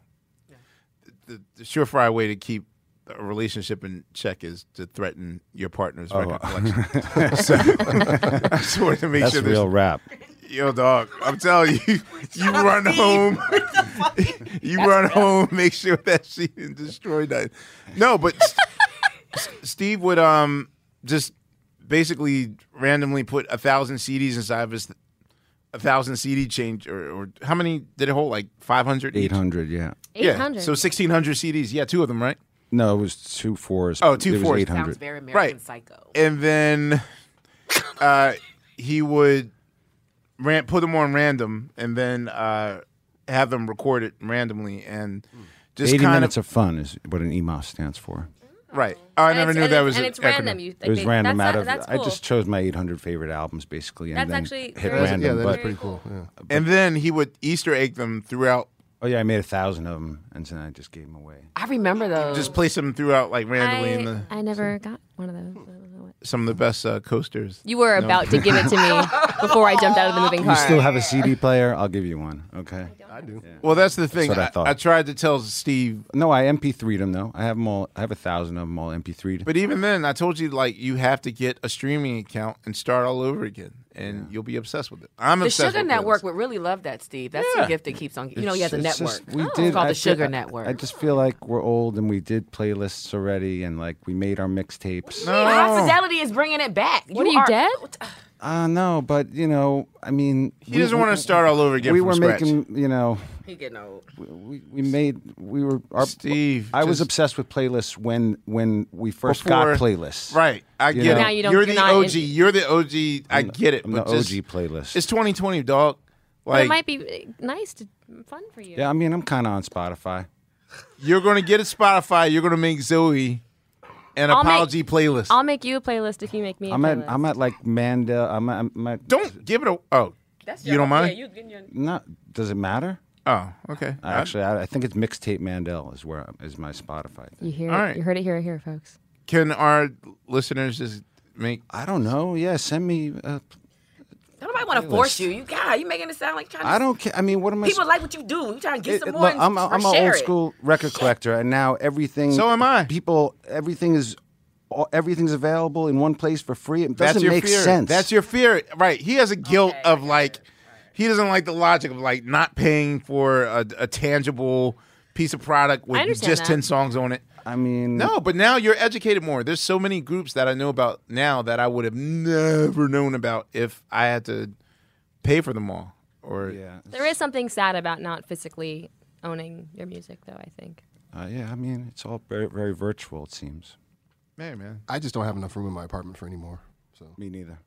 A: the, the surefire way to keep a relationship in check is to threaten your partner's
C: Oh.
A: record collection. so I just wanted to make
C: That's
A: sure
C: real
A: there's-
C: rap.
A: Yo, dog, I'm telling you, you run home. you run home. Make sure that she didn't destroy that. No, but S- S- Steve would um just basically randomly put a thousand CDs inside of his a thousand CD change or, or how many did it hold? Like 500, each?
C: Eight hundred. Yeah.
A: Yeah,
F: 800.
A: so 1600 CDs. Yeah, two of them, right?
C: No, it was two fours.
A: Oh, two
C: It was
A: fours.
C: 800.
G: Sounds very American Psycho.
A: And then uh, he would ran- put them on random and then uh, have them record it randomly and just
C: 80
A: kind
C: minutes
A: of.
C: of fun is what an E EMOF stands for.
A: right. Oh, I
F: And
A: never
F: it's-
A: knew
F: and
A: that
F: it's-
A: was
F: and
A: an
F: it's random.
A: acronym.
F: You-
C: It was
F: they-
C: random
F: that's-
C: out of.
F: that's
C: I
F: cool.
C: just chose my 800 favorite albums basically, and
F: That's
C: then
F: actually
C: hit
F: very-
C: random.
F: Yeah, that is
C: but,
F: pretty cool,
A: And then he would Easter egg them throughout.
C: Oh yeah, I made a thousand of them, and then I just gave them away.
G: I remember those.
A: Just place them throughout like randomly in
F: I,
A: the
F: I never got one of those. I don't know what-
A: some of the best uh, coasters.
F: You were
A: No.
F: about to give it to me before I jumped out of the moving
C: You
F: car.
C: still have a CD player? I'll give you one. Okay.
E: I do.
A: Well, that's the thing.
C: what I
A: I,
C: thought.
A: I tried to tell Steve,
C: No, I MP3'd them though. I have them all. I have a thousand of them all MP3'd.
A: but even then, I told you like you have to get a streaming account and start all over again, and you'll be obsessed with it. I'm
G: the
A: obsessed
G: Sugar
A: with
G: Network would really love that, Steve. That's the
A: Yeah.
G: gift that keeps on. You know, he has a
C: It's
G: network.
C: just- we
G: Oh.
C: did.
G: It's called
C: I
G: the
C: feel-
G: Sugar
C: I-
G: Network.
C: I just feel like we're old and we did playlists already, and like we made our mixtapes.
G: High Fidelity is bringing it back.
F: What are you dead?
C: Uh, no, but you know, I mean,
A: He doesn't wanna start all over again
C: We
A: from
C: were
A: scratch.
C: making, you know,
G: He getting old.
C: we- we, we made we were our,
A: Steve,
C: I was
A: just-
C: obsessed with playlists when when we first
A: Before-
C: got playlists.
A: Right. I
C: You
A: get
C: know?
A: it.
G: Now you don't-
A: are
G: you're
A: the
G: not
A: OG.
G: in-
A: You're the OG. I get it.
C: I'm
A: but
C: the
A: just-
C: OG playlist.
A: It's 2020, dog.
F: But it
A: Like
F: might be uh, nice to fun for you.
C: Yeah, I mean, I'm kind of on Spotify.
A: you're gonna get a Spotify. You're gonna make Zoe an
F: I'll make-
A: apology playlist.
F: I'll make you a playlist if you make me a
C: I'm at
F: playlist.
C: I'm at like Mandel. I'm at, I'm at
A: don't give it a. Oh,
G: That's
A: You don't mind?
G: Yeah, you getting your.
C: not. Does it matter?
A: oh, okay.
C: I actually, I, I think it's mixtape Mandel is where is my Spotify thing.
F: you hear
A: All
F: it.
A: right.
F: You heard it here, here, folks.
A: Can our listeners just make?
C: I don't know. Yeah, send me. Uh,
G: Don't nobody want to force you. You God, you making it sound like trying. To,
C: I don't care. I mean, what am I?
G: People like what you do. You trying to get
C: It-
G: some
C: it-
G: more.
C: look,
G: and,
C: I'm, a,
G: or
C: I'm an
G: share
C: old
G: it.
C: school record collector, and now everything.
A: So am I.
C: People, everything is, all, everything's available in one place for free. It
A: That's
C: doesn't
A: your
C: make
A: fear.
C: sense.
A: That's your fear, right? He has a guilt of like, he doesn't like the logic of like not paying for a, a tangible piece of product
F: I
A: with
F: understand
A: just
F: that.
A: ten songs on it.
C: I mean,
A: No, but now you're educated more. There's so many groups that I know about now that I would have never known about if I had to pay for them all. Or
C: Yeah,
F: There is something sad about not physically owning your music, though. I think.
C: uh, yeah. I mean, it's all very, very virtual. It seems.
A: man, man.
E: I just don't have enough room in my apartment for any more. So
C: Me neither.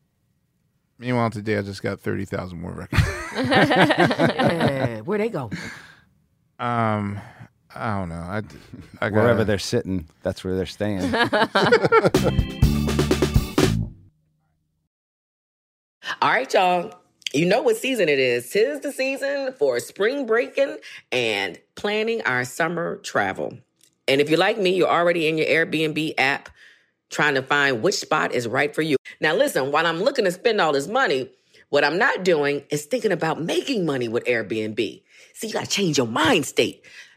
A: Meanwhile, today I just got thirty thousand more records.
F: Eh,
G: Yeah, where they go?
A: um, I don't know. I, I got
C: Wherever they're sitting, that's where they're staying.
I: All right, y'all. You know what season it is. Tis the season for spring breaking and planning our summer travel. And if you're like me, you're already in your Airbnb app trying to find which spot is right for you. Now, listen, while I'm looking to spend all this money, what I'm not doing is thinking about making money with Airbnb. See, you gotta change your mind state.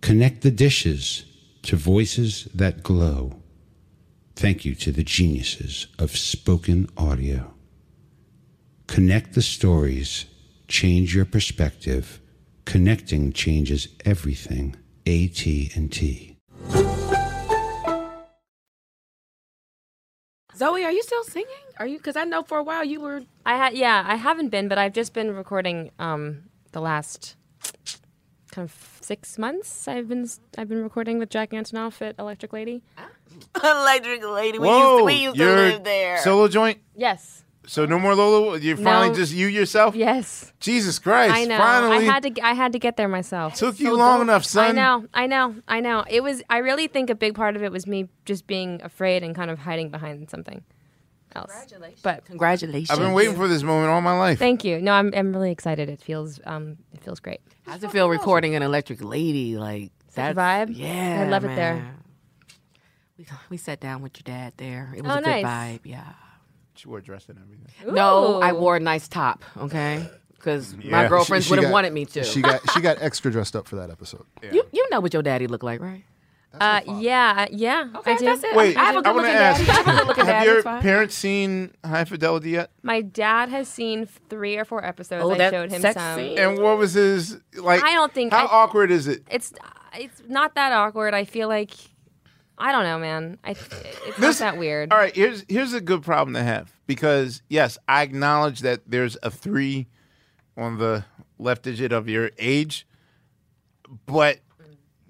N: Connect the dishes to voices that glow. Thank you to the geniuses of spoken audio. Connect the stories, change your perspective. Connecting changes everything. AT&T.
G: Zoe, are you still singing? Are you? Because I know for a while you were.
F: I ha- yeah, I haven't been, but I've just been recording um, the last kind of six months. I've been I've been recording with Jack Antonoff at Electric Lady.
J: Electric lady. We used
A: Whoa,
J: to, we used to
A: you're
J: live there.
A: solo joint.
F: Yes,
A: So no more Lolo. You're finally
F: No.
A: just you yourself.
F: yes,
A: Jesus Christ!
F: I know.
A: Finally,
F: I had to I had to get there
G: Oh,
F: myself.
A: took you long enough, son.
F: I know, I know, I know. It was. I really think a big part of it was me just being afraid and kind of hiding behind something else. Congratulations. But
G: Congratulations.
A: I've been waiting for this moment all my life.
F: thank you. No, I'm I'm really excited. It feels um it feels great.
G: How does it feel recording an electric lady? Like
F: Such a
G: that
F: vibe?
G: Yeah,
F: I love it there.
G: man. We we sat down with your dad there. It was
F: Oh,
G: a good
F: nice.
G: vibe. Yeah.
A: She wore a dress and everything.
G: No, I
F: Ooh.
G: wore a nice top. Okay, because
A: Yeah.
G: my girlfriends
E: She- she
G: would have
E: got-
G: wanted me to.
E: She got she got extra dressed up for that episode.
G: you you know what your daddy looked like, right?
F: Uh, yeah, I- yeah. I do.
A: Wait,
F: I have a good
A: want to
F: looking dad.
A: ask:
F: I have a good looking dad,
A: Have
F: it's
A: your
F: fine.
A: parents seen High Fidelity yet?
F: My dad has seen three or four episodes.
A: Oh,
F: I
A: that
F: showed him
A: sex
F: some.
A: scene. And what was his like?
F: I don't think
A: How
F: I-
A: awkward is it?
F: It's it's not that awkward. I feel like I don't know, man. I it's
A: This-
F: not that weird.
A: All right, here's here's a good problem to have because yes, I acknowledge that there's a three on the left digit of your age, but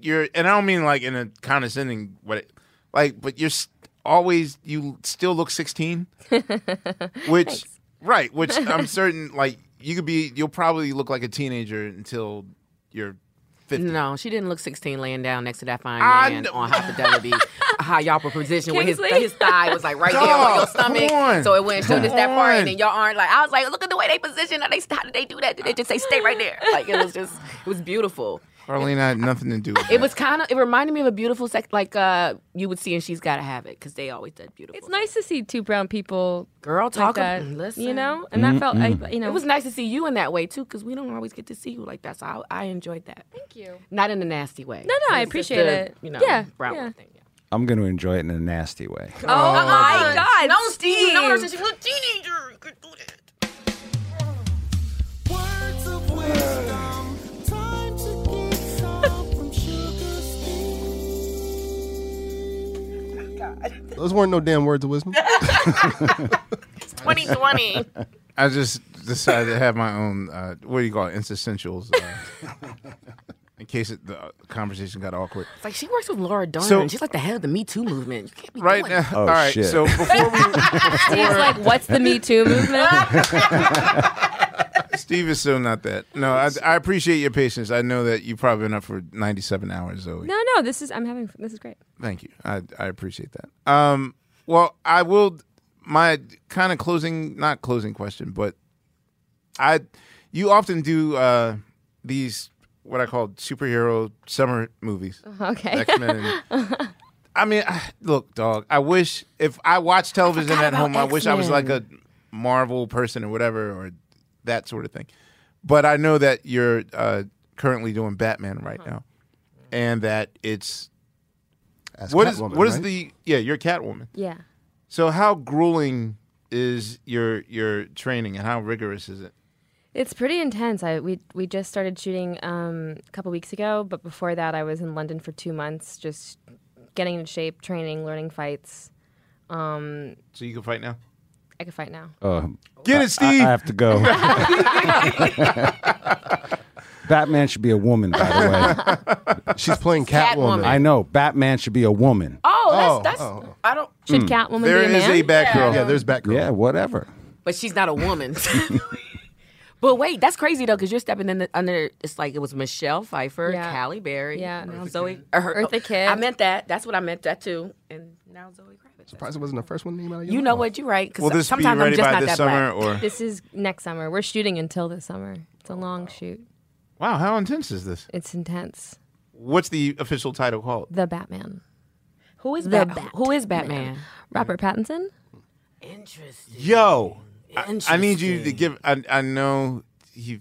A: you're and I don't mean like in a condescending what like, but you're st- always you still look sixteen, which right, which I'm certain like you could be you'll probably look like a teenager until you're
G: No, she didn't look 16 laying down next to that fine
A: I
G: man
A: know.
G: on high fidelity, how y'all were positioned when his,
J: Kingsley?
G: his thigh was like right there on your
J: Dog,
G: stomach.
J: come on.
G: So it went show just that part,
J: Come
G: and then y'all aren't like, I was like, look at the way they position. How, they, how did they do that? Did they just say stay right there? Like it was just, it was beautiful.
A: Carlina had nothing to do with
G: It was kind of, it reminded me of a beautiful sex, like uh, you would see and She's Gotta Have It, because they always did beautiful.
F: It's nice to see two brown people.
G: Girl,
F: like
G: talk
F: that,
G: about listen.
F: You know, and that felt I, you know
G: It was nice to see you in that way too, because we don't always get to see you like that. So I, I enjoyed that. Thank
F: you.
G: Not in a nasty way.
F: No, no,
G: was
F: I
G: just
F: appreciate
G: a,
F: it.
G: You know,
F: Yeah,
G: brown
F: yeah.
G: thing.
C: I'm going to enjoy it in a nasty way.
G: Oh, my
F: God,
J: No, Steve. you know her
F: Steve.
J: since she was a teenager. You could do that.
E: Those weren't no damn words of wisdom.
J: It's 2020.
A: I just decided to have my own. Uh, what do you call it? Insessentials. Uh, in case it, the conversation got awkward.
G: It's like she works with Laura Dorn.
A: So- Oh,
G: and she's like the head of the Me Too movement. You can't be
A: Right
G: doing
A: now.
G: that.
A: all right. So before we,
F: Steve's like, what's the Me Too movement?
A: Steve is so not that. No, I, I appreciate your patience. I know that you've probably been up for ninety-seven hours, Zoe.
F: no, no, this is I'm having this is great.
A: Thank you. I I appreciate that. Um, well, I will. My kind of closing, not closing question, but I, you often do uh, these what I call superhero summer movies.
J: Okay.
A: X Men. I mean, I, look, dog. I wish if I watch television at home, I wish I was like a Marvel person or whatever or that sort of thing. But I know that you're uh, currently doing Batman right now, and that it's
E: As
A: what is
E: Catwoman,
A: what is
E: right?
A: the yeah you're Catwoman.
F: Yeah.
A: So how grueling is your your training and how rigorous is it?
F: It's pretty intense. I we we just started shooting um, a couple weeks ago, but before that, I was in London for two months, just getting in shape, training, learning fights. Um,
A: So you can fight now.
F: I could fight now.
C: Oh,
A: Get
C: I-
A: it, Steve.
C: I, I have to go. Batman should be a woman, by the way.
E: She's playing Catwoman. Catwoman.
C: I know. Batman should be a woman.
G: Oh, that's
C: Oh,
G: that's.
C: oh,
G: I don't.
F: Should
A: Hmm.
F: Catwoman be a man?
C: Batgirl.
E: Yeah, there's Batgirl.
C: Yeah, whatever.
G: But she's not a woman. but wait, that's crazy though, because you're stepping in the, under. It's like it was Michelle Pfeiffer,
F: Yeah.
G: Halle Berry,
F: Yeah.
G: now
F: Eartha
G: Zoe,
F: Kitt.
G: or her, oh,
F: Eartha Kitt.
G: I meant that. That's what I meant that too. And now Zoe Kravitz.
E: Surprised it wasn't the first one named out of your
G: You know
E: mouth.
G: what? You're right.
A: Will
G: Because
A: this be
G: sometimes I'm
A: ready
G: just
A: by
G: not
A: this
G: that
A: summer,
G: black.
A: or-
F: This is next summer. We're shooting until this summer. It's a long shoot.
A: Wow, how intense is this?
F: It's intense.
A: What's the official title called?
F: The Batman.
G: Who is
F: the
G: Bat- Who is Batman?
F: Robert Pattinson.
A: Yo, I, I need you to give. I, I know he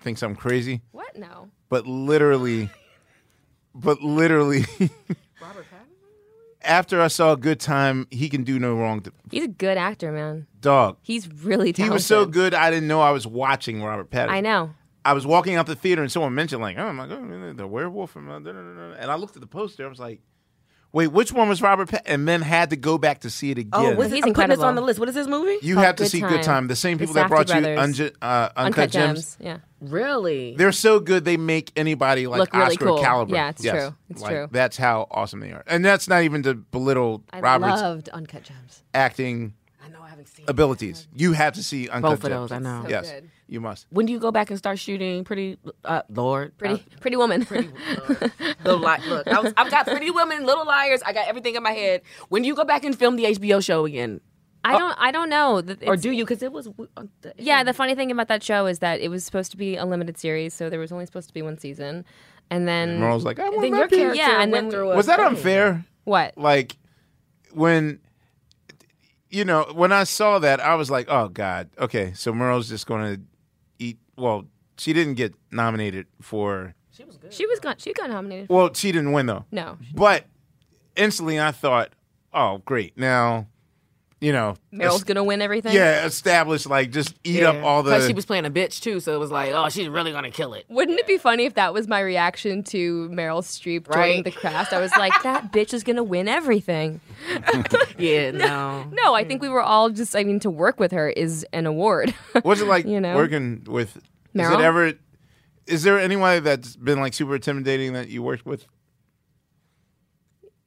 A: thinks I'm crazy,
F: What? No.
A: but literally, but literally,
G: Robert
A: after I saw a good time, he can do no wrong. To,
F: He's a good actor, man.
A: dog,
F: He's really
A: he
F: talented.
A: was so good. I didn't know I was watching Robert Pattinson.
F: I know.
A: I was walking out the theater and someone mentioned like, oh my god, the werewolf from uh, da, da, da, da. and I looked at the poster. I was like, wait, which one was Robert? Pat-? And then had to go back to see it again.
G: Oh, what's
F: He's
G: this? I'm putting this
F: incredible.
G: on the list. What is this movie?
A: You have to see Good Time. The same people
G: The
A: that brought
G: Safdie
A: you
G: Brothers.
A: Unge- uh, Uncut,
F: Uncut
A: Gems.
F: Gems. Yeah.
G: Really?
A: They're so good they make anybody like
F: Look really
A: Oscar
F: cool.
A: caliber.
F: Yeah, it's true. It's
A: Like,
F: true.
A: That's how awesome they are. And that's not even to belittle
F: I
A: Robert's
F: loved Uncut Gems.
A: acting I know, I haven't seen abilities. You have to see Uncut
G: Both of
A: Gems.
G: those, I know. So
A: yes.
G: good.
A: You must.
G: When do you go back and start shooting? Pretty uh, Lord,
F: Pretty, pretty woman.
G: Little li- look, I was, I've got Pretty Women, Little Liars. I got everything in my head. When do you go back and film the HBO show again?
F: I don't. I don't know. that
G: Or
F: it's-
G: do you? Because it was. w- on the-
F: Yeah, the funny thing about that show is that it was supposed to be a limited series, so there was only supposed to be one season, and then
A: And Merle's like, I want
G: Then
A: my
G: your
A: piece.
G: character
F: Yeah, and
G: went
F: then-
G: through a
A: Was that
G: thing.
A: unfair?
F: What?
A: Like when you know, when I saw that, I was like, "Oh God, okay." So Merle's just going to eat. Well, she didn't get nominated for
G: She was good.
F: She was got she got nominated. for-
A: Well, she didn't win though.
F: No.
A: But instantly, I thought, oh, great. Now, you know,
F: Meryl's
A: es-
F: gonna win everything.
A: Yeah, establish like just eat up all the.
G: But she was playing a bitch too, so it was like, oh, she's really gonna kill it.
F: Wouldn't it be funny if that was my reaction to Meryl Streep joining
G: Right.
F: the craft? I was like, that bitch is gonna win everything.
G: yeah, no.
F: No, I think we were all just. I mean, to work with her is an award.
A: What's it like
F: you know?
A: working with? Is
F: Meryl?
A: it ever? Is there anyone that's been like super intimidating that you worked with?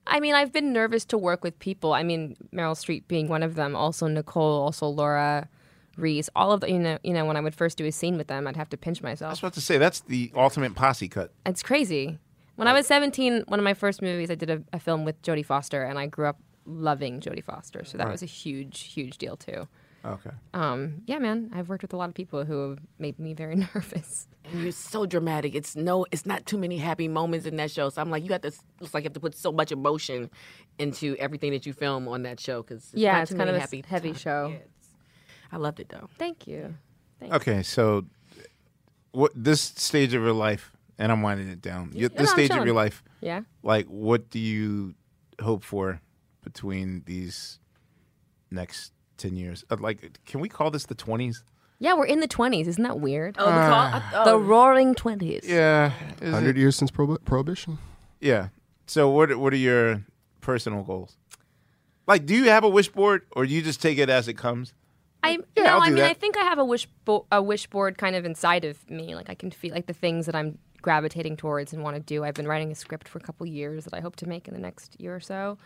F: I mean, I've been nervous to work with people. I mean, Meryl Streep being one of them, also Nicole, also Laura Reese. All of the, you know, you know, when I would first do a scene with them, I'd have to pinch myself.
A: I was about to say that's the ultimate posse cut.
F: It's crazy. When I was 17, one of my first movies, I did a, a film with Jodie Foster, and I grew up loving Jodie Foster, so that
A: Right.
F: was a huge, huge deal too.
A: Okay.
F: Um, yeah, man, I've worked with a lot of people who have made me very nervous.
G: And you're so dramatic. It's no, it's not too many happy moments in that show. So I'm like, you got to, it's like you have to put so much emotion into everything that you film on that show because
F: yeah,
G: not
F: it's
G: too
F: kind of
G: many
F: a
G: happy
F: s- heavy show.
G: I loved it though.
F: Thank you. Thank
A: Okay, so what this stage of your life, and I'm winding it down.
F: You-
A: You-
F: no,
A: this
F: I'm
A: stage of
F: chilling.
A: your life,
F: Yeah.
A: Like, what do you hope for between these next ten years? Uh, Like, can we call this the twenties?
F: Yeah, we're in the 20s. Isn't that weird?
G: Oh, the call-
A: Ah.
G: I- oh.
F: The roaring 20s.
A: Yeah,
E: Hundred years since prohibi- prohibition.
A: Yeah. So, what what are your personal goals? Like, do you have a wish board, or do you just take it as it comes?
F: I
A: Yeah,
F: no,
A: I'll
F: I
A: do
F: mean
A: that.
F: I think I have a wish bo- a wish board kind of inside of me. Like I can feel like the things that I'm gravitating towards and want to do. I've been writing a script for a couple years that I hope to make in the next year or so.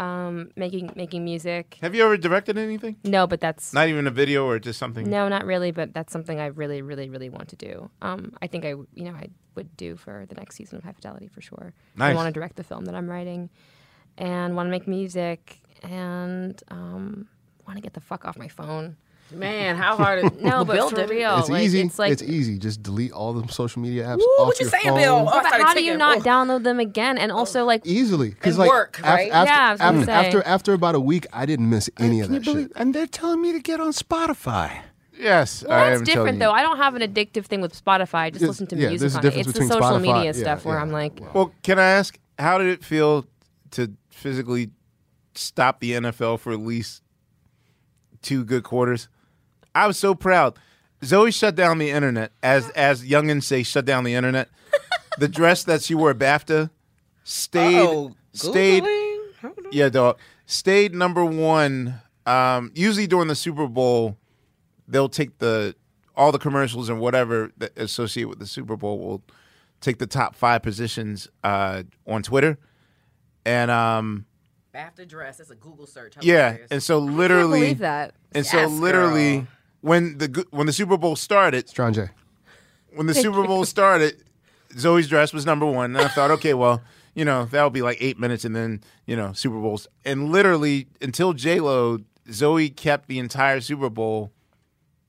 F: Um, making making music.
A: Have you ever directed anything?
F: No, but that's
A: Not even a video, or just something.
F: no, not really. But that's something I really, really, really want to do. Um, I think I w- you know I would do for the next season of High Fidelity for sure. I
A: Nice.
F: want to direct the film that I'm writing, and want to make music, and um, want to get the fuck off my phone.
G: Man, how hard is
F: No, but
G: build
F: for
G: it.
F: real,
E: it's
F: like,
E: easy.
F: It's like
E: easy. Just delete all the social media apps
G: Woo,
E: off
G: what you
E: your
G: saying,
E: phone.
G: Bill? Oh, I
F: but
G: started
F: how do you
G: taking-
F: not
G: Ugh.
F: download them again? And also, like,
E: Oh, Easily, because
G: And
E: like
G: work,
E: af-
G: right?
E: after,
F: Yeah, I was gonna
E: after,
F: say.
E: after after about a week, I didn't miss any of
C: Can you
E: that
C: believe?
E: shit.
C: And they're telling me to get on Spotify.
A: Yes,
F: well,
A: I
F: that's
A: am telling
F: different
A: you.
F: though. I don't have an addictive thing with Spotify. I just
E: It's-
F: listen to
E: yeah, there's
F: music
E: a
F: on it. It's
E: difference
F: the
E: between
F: social
E: Spotify-
F: media
E: yeah,
F: stuff where
E: yeah.
F: I'm like,
A: Well, can I ask, how did it feel to physically stop the NFL for at least two good quarters? I was so proud. Zoe shut down the internet, as as youngins say, shut down the internet. the dress that she wore at BAFTA stayed
I: Uh-oh,
A: stayed
I: Googling? Hold on.
A: yeah, dog. Stayed number one. Um, usually during the Super Bowl, they'll take the all the commercials and whatever that associate with the Super Bowl will take the top five positions uh, on Twitter. And um,
G: BAFTA dress. That's a Google search. How
A: yeah,
G: hilarious.
A: and so literally,
F: believe that.
A: and
G: Yes,
A: so literally, when the gu- when the Super Bowl started,
E: John Jay.
A: when the Super Bowl started, Zoe's dress was number one. And I thought, okay, well, you know, that'll be like eight minutes and then, you know, Super Bowls. And literally until J Lo, Zoe kept the entire Super Bowl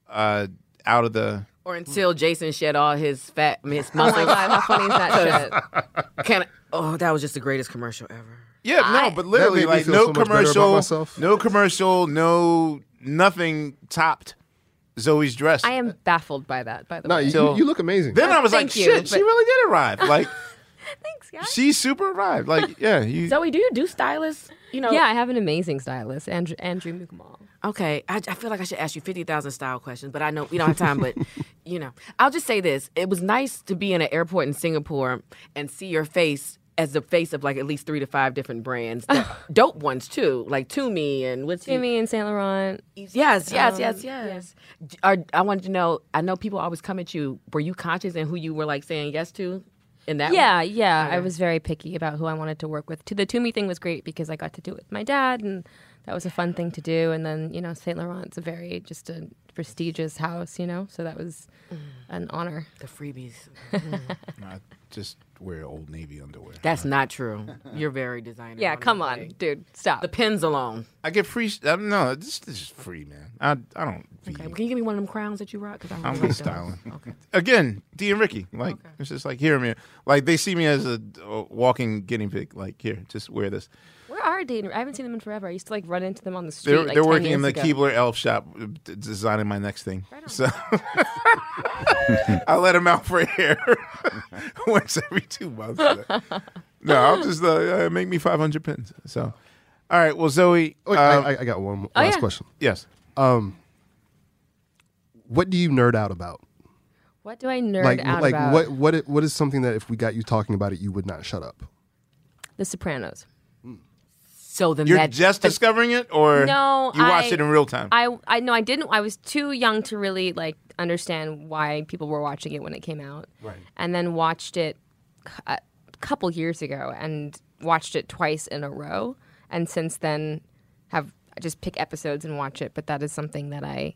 A: uh, out of the
G: Or until Jason shed all his fat, I mean, his
F: oh my
G: muscles.
F: god, how funny is that shit?
G: Can I- oh, that was just the greatest commercial ever.
A: Yeah, no, but literally
E: made me
A: like
E: feel
A: no
E: so much better about
A: commercial
E: myself.
A: no commercial, no nothing topped Zoe's dress.
F: I am baffled by that. By the
E: No,
F: way,
E: you,
A: So-
E: you look amazing.
A: then I was
F: Thank
A: like,
F: you,
A: shit, she
F: but-
A: really did arrive. Like
F: thanks, guys.
A: she super arrived. Like, yeah, you
G: Zoe, do you do stylists? You know,
F: Yeah, I have an amazing stylist, Andrew Andrew Mukamal.
G: Okay, I, I feel like I should ask you 50,000 style questions, but I know we don't have time, but you know. I'll just say this. It was nice to be in an airport in Singapore and see your face as the face of like at least three to five different brands. that- dope ones too, like Toomey and what's he-
F: Jimmy and Saint Laurent.
G: Yes, yes,
F: Um,
G: yes, yes. D- Are, I wanted to know, I know people always come at you. Were you conscious in who you were like saying yes to in that
F: Yeah, yeah. I was very picky about who I wanted to work with. To the Toomey thing was great because I got to do it with my dad, and that was a fun thing to do. And then you know, Saint Laurent's a very just a prestigious house, you know, so that was an honor.
G: Mm. The freebies.
A: I just wear old navy underwear.
G: That's not true. You're very designer.
F: Yeah,
G: honestly.
F: come on, dude, stop.
G: The pins alone.
A: I get free. sh- Um, no, this, this is free, man. I I don't.
G: Okay,
A: be-
G: can you give me one of them crowns that you rock? 'Cause I don't
A: I'm
G: like
A: good
G: those.
A: styling. Again, D and Ricky, like it's just like here, man. Like they see me as a uh, walking guinea pig. Like here, just wear this.
F: We're are dating. I haven't seen them in forever. I used to like run into them on the street.
A: They're,
F: like,
A: they're
F: 10
A: working in
F: years
A: the
F: ago.
A: Keebler Elf shop, uh, d- designing my next thing. so I let them out for air once every two months. No, I'll just uh, uh, make me five hundred pins. So, all right. Well, Zoe,
E: Wait, I- I, I got one mo-
A: Oh,
E: last
A: yeah.
E: question.
A: Yes.
E: Um, what do you nerd out about?
F: What do I nerd
E: like,
F: out
E: like
F: about?
E: what what it- what is something that if we got you talking about it, you would not shut up?
F: The Sopranos.
G: So the
A: you're just discovering it, or
F: no,
A: you watched
F: I-
A: it in real time.
F: I I no, I didn't. I was too young to really like understand why people were watching it when it came out.
J: Right.
F: And then watched it c- a couple years ago and watched it twice in a row. And since then, have I just pick episodes and watch it. But that is something that I,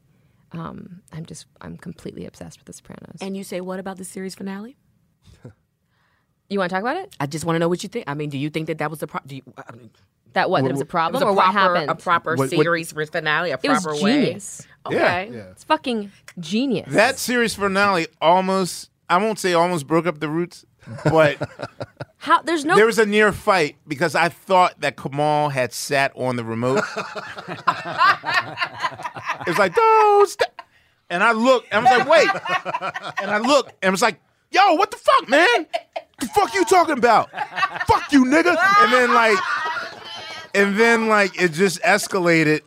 F: um, I'm just I'm completely obsessed with The Sopranos.
G: And you say, what about the series finale?
F: You want to talk about it?
G: I just want to know what you think. I mean, do you think that that was the pro- do you, I mean,
F: that what,
G: It
F: that it was a problem or what
G: proper,
F: happened?
G: A proper
A: What- what-
G: series finale, a
F: It was
G: proper
F: genius.
G: way.
A: Yeah.
G: Okay.
F: It's fucking genius.
A: That series finale almost, I won't say almost broke up the roots, but
F: How there's no
A: there was a near fight because I thought that Kamal had sat on the remote. it's like, those. th-" And I look, and I was like, wait. And I look, and I was like, yo, what the fuck, man? The fuck you talking about? Fuck you, nigga. And then, like, and then, like, it just escalated.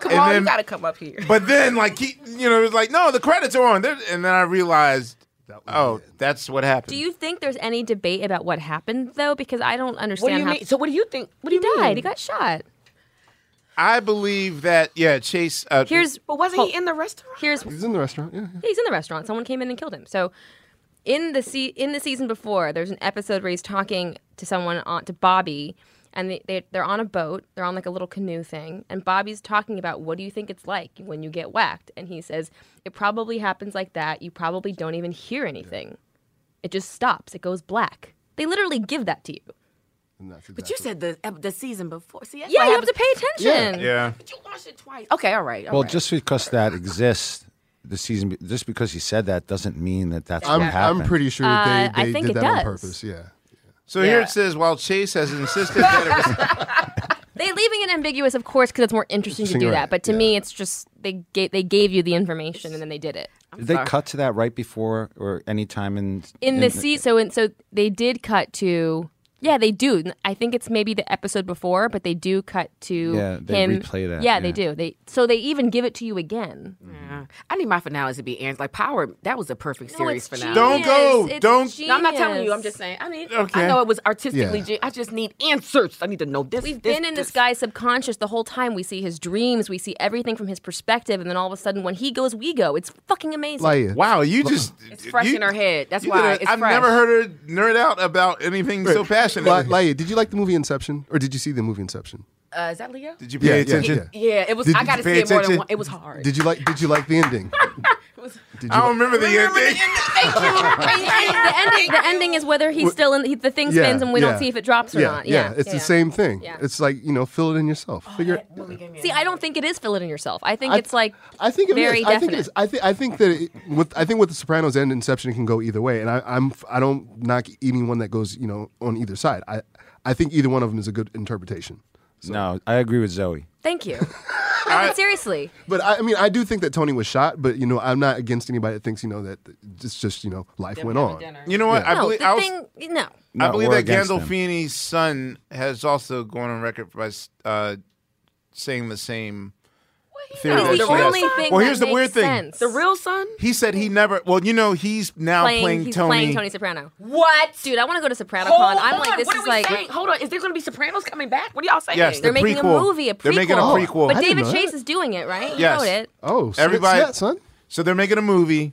G: Come
A: And
G: on,
A: then-
G: you gotta come up here.
A: But then, like, he, you know, it was like, no, the credits are on. They're- And then I realized, oh, that's what happened.
F: Do you think there's any debate about what happened though? Because I don't understand.
G: What do you
F: how-
G: mean? So what do you think? What do you
F: he died.
G: mean?
F: He got shot.
A: I believe that, yeah, Chase. Uh,
F: Here's.
G: But wasn't he in the restaurant?
F: Here's.
E: He's in the restaurant. Yeah.
F: He's in the restaurant. Someone came in and killed him. So, in the se- in the season before, there's an episode where he's talking to someone on to Bobby, and they, they they're on a boat. They're on like a little canoe thing, and Bobby's talking about what do you think it's like when you get whacked, and he says it probably happens like that. You probably don't even hear anything. It just stops. It goes black. They literally give that to you.
G: But you said the ep- the season before. See, that's
F: Yeah,
G: why I
F: you have to pay
C: Yeah.
F: attention.
C: Yeah.
G: But you watched it twice. Okay, all right. all
C: Well,
G: right.
C: just because that exists, the season, be- just because he said that doesn't mean that that's
E: I'm
C: what happened.
E: I'm pretty sure
F: Uh,
E: that they,
F: I
E: they
F: think
E: did
F: it
E: that on
F: does.
E: purpose. Yeah.
A: So here it says, while Chase has insisted that it was
F: They leaving it ambiguous, of course, because it's more interesting to
C: Interesting,
F: do
C: right,
F: that. But to me, it's just they gave they gave you the information and then they did it
C: Did they cut to that right before or any time in
F: in the sea. So and so they did cut to. Yeah, they do. I think it's maybe the episode before, but they do cut to
C: Yeah, they
F: him.
C: replay that,
F: Yeah,
C: yeah.
F: they do. They so they even give it to you again.
G: Yeah. I need my finales to be ends. Like Power, that was a perfect series
F: it's
G: finale.
A: Don't go.
F: It's
A: Don't.
F: genius.
G: No, I'm not telling you. I'm just saying. I mean,
A: Okay.
G: I know it was artistically.
A: Yeah.
G: gen- I just need answers. I need to know this.
F: We've been in this guy's subconscious the whole time. We see his dreams. We see everything from his perspective, and then all of a sudden, when he goes, we go. It's fucking amazing.
A: wow, you just
G: It's fresh
A: you-
G: in her head. That's
A: you
G: why
A: did a-
G: it's
A: I've
G: fresh.
A: never heard her nerd out about anything so passionate.
E: La- Laia, did you like the movie Inception, or did you see the movie Inception?
G: Uh, is that Leo?
A: Did you pay
E: Yeah, yeah,
A: attention?
G: Yeah, it was.
E: Did
G: I
E: you
G: got to see
E: pay
G: it more than
E: attention?
G: one. It was hard.
E: Did you like Did you like the ending? Did
A: I don't remember the ending.
G: Thank you.
F: the, ending, the ending is whether he's
E: Wh-
F: still in he, the thing
E: Yeah,
F: spins and we
E: yeah.
F: don't see if it drops or
E: yeah,
F: not.
E: Yeah,
F: Yeah,
E: it's
F: yeah.
E: the same thing.
F: Yeah.
E: It's like you know, fill it in yourself.
G: Oh,
E: Figure. it
F: See, I don't think it is fill it in yourself. I think
E: I-
F: it's like
E: I think it is.
F: very
E: I
F: definite.
E: think it is. I think I think that it, with I think with the Sopranos and Inception it can go either way, and I, I'm I don't knock anyone that goes you know on either side. I I think either one of them is a good interpretation.
C: No, I agree with Zoe.
F: Thank you. no, but seriously,
E: But I, I mean, I do think that Tony was shot, but you know, I'm not against anybody that thinks you know that it's just you know life went on.
A: You know what? I
F: no,
A: believe
F: the
A: I was-
F: thing, no.
A: I
E: No,
A: believe
E: we're
A: that
E: against them.
A: Gandolfini's son has also gone on record by uh, saying the same. theory
G: knows.
A: that
G: The
A: she has.
G: only thing
A: well,
G: that
A: here's the
G: makes
A: weird thing.
G: sense. The real son?
A: He said he never. Well, you know, he's now
F: playing,
A: playing,
F: he's
A: Tony.
F: playing Tony Soprano.
G: What,
F: dude? I want to go to SopranoCon.
G: Hold
F: I'm
G: on,
F: like, this
G: what
F: is
G: are we
F: like.
G: saying? Hold on, is there going to be Sopranos coming back? What are y'all saying?
A: Yes, the
F: They're making
A: prequel.
F: a movie, a prequel.
A: They're making a prequel. I
F: But
A: didn't
F: David
A: know
F: Chase is doing it, right? He
A: Yes.
F: wrote it.
E: Oh,
A: everybody,
E: that, son.
A: So they're making a movie,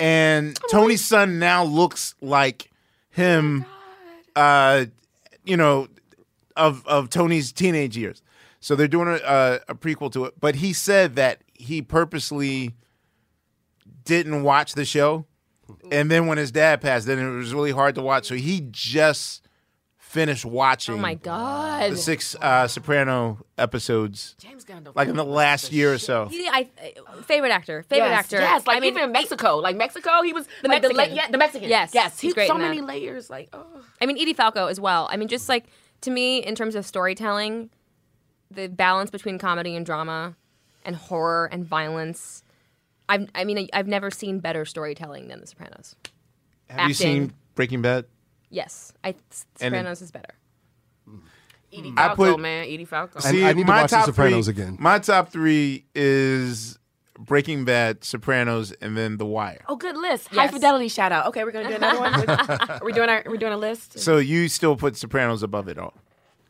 A: and
F: Oh,
A: Tony's son now looks like him. uh, you know, of of Tony's teenage years. So they're doing a, a, a prequel to it. But he said that he purposely didn't watch the show, and then when his dad passed, then it was really hard to watch. So he just finished watching.
F: Oh my god.
A: The six uh, Soprano episodes,
G: James
A: like in the last year or so.
F: He, I, uh, favorite actor. Favorite
G: yes,
F: actor.
G: Yes, like
F: I mean,
G: even in Mexico, like Mexico, he was
F: The
G: like
F: Mexican.
G: The, la- yeah, the Mexican.
F: Yes,
G: yes,
F: he's
G: he's
F: great
G: so
F: in that.
G: many layers. Like, oh,
F: I mean, Edie Falco as well. I mean, just like to me, in terms of storytelling, the balance between comedy and drama, and horror and violence. I've, I mean, I've never seen better storytelling than The Sopranos.
A: Have you seen Breaking Bad?
F: Yes, I
A: And it-
F: Sopranos is better.
G: Edie
A: I
G: Falco,
A: put-
G: man. Edie Falco.
A: See, my top three,
E: again.
A: My top three is Breaking Bad, Sopranos, and then The Wire.
G: Oh, good list. High fidelity shout out. Okay, we're gonna do another one. Are we doing our? We're doing a list.
A: So you still put Sopranos above it all,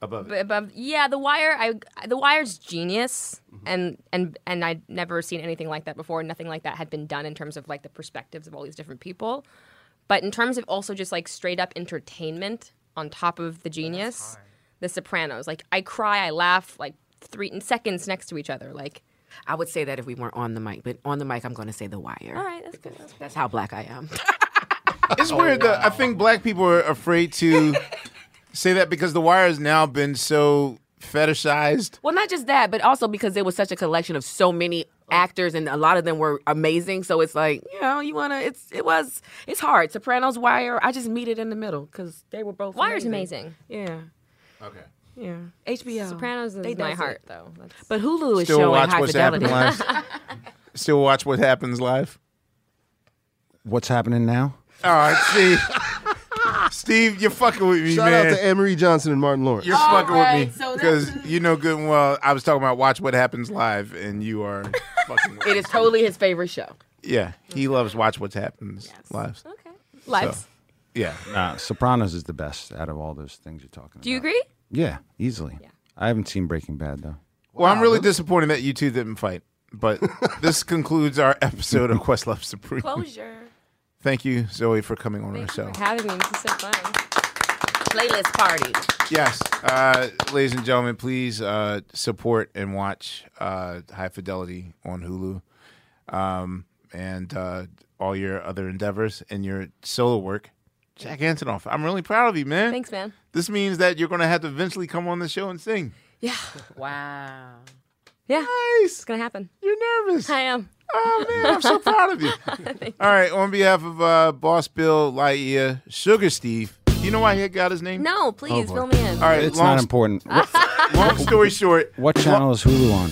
A: above
F: But
A: it.
F: above, yeah, The Wire. I The Wire's genius,
G: Mm-hmm.
F: and and and I'd never seen anything like that before. Nothing like that had been done in terms of like the perspectives of all these different people. But in terms of also just like straight up entertainment on top of the genius, The Sopranos. Like I cry, I laugh, like three seconds next to each other. Like
G: I would say that if we weren't on the mic, but on the mic, I'm gonna say The Wire.
F: all right, that's good. That's good.
G: That's how black I am.
A: It's weird. that I think black people are afraid to say that because The Wire has now been so fetishized.
G: Well, not just that, but also because it was such a collection of so many actors, and a lot of them were amazing. So it's like you know, you wanna. It's it was it's hard. Sopranos, Wire. I just meet it in the middle because they were both.
F: Wire's
G: Yeah.
A: Okay.
G: Yeah. HBO.
F: Sopranos is
G: They
F: my
G: does
F: heart,
G: it.
F: though. That's-
G: But Hulu is
A: Still
G: showing
A: watch
G: high
A: what's
G: fidelity.
A: happening live. Still watch what happens live.
C: What's happening now?
A: All right, see, Steve, you're fucking with me,
E: Shout
A: man.
E: out to Anne Marie Johnson and Martin Lawrence.
A: You're fucking
G: right,
A: with me
G: so
A: because you know good and well. I was talking about watch what happens live, and you are fucking. With
G: it
A: me.
G: is totally his favorite show.
A: Yeah, he loves watch what happens live.
F: Okay.
G: Lives.
A: So, yeah.
C: Nah, Sopranos is the best out of all those things you're talking
F: Do you agree?
C: about. Yeah, easily. I haven't seen Breaking Bad though.
A: Well, I'm really disappointed that you two didn't fight, but this concludes our episode of Questlove Supreme.
G: Closure.
A: Thank you, Zoe, for coming on our
F: Thank
A: show.
F: you for having me. This is so fun.
G: Playlist party.
A: Yes, uh, ladies and gentlemen, please uh, support and watch uh, High Fidelity on Hulu, um, and uh, all your other endeavors and your solo work. Jack Antonoff, I'm really proud of you, man.
F: Thanks, man.
A: This means that you're going to have to eventually come on the show and sing.
F: Yeah.
G: Wow.
F: Yeah.
A: Nice.
F: It's gonna happen.
A: You're nervous.
F: I am.
A: Oh man, I'm so proud of you. All right, on behalf of uh, Boss Bill, Laia, Sugar Steve. You know why he got his name? Oh,
F: No, please fill me in.
A: All right,
C: It's
A: long,
C: not important. What,
A: long story short,
C: what channel is Hulu on?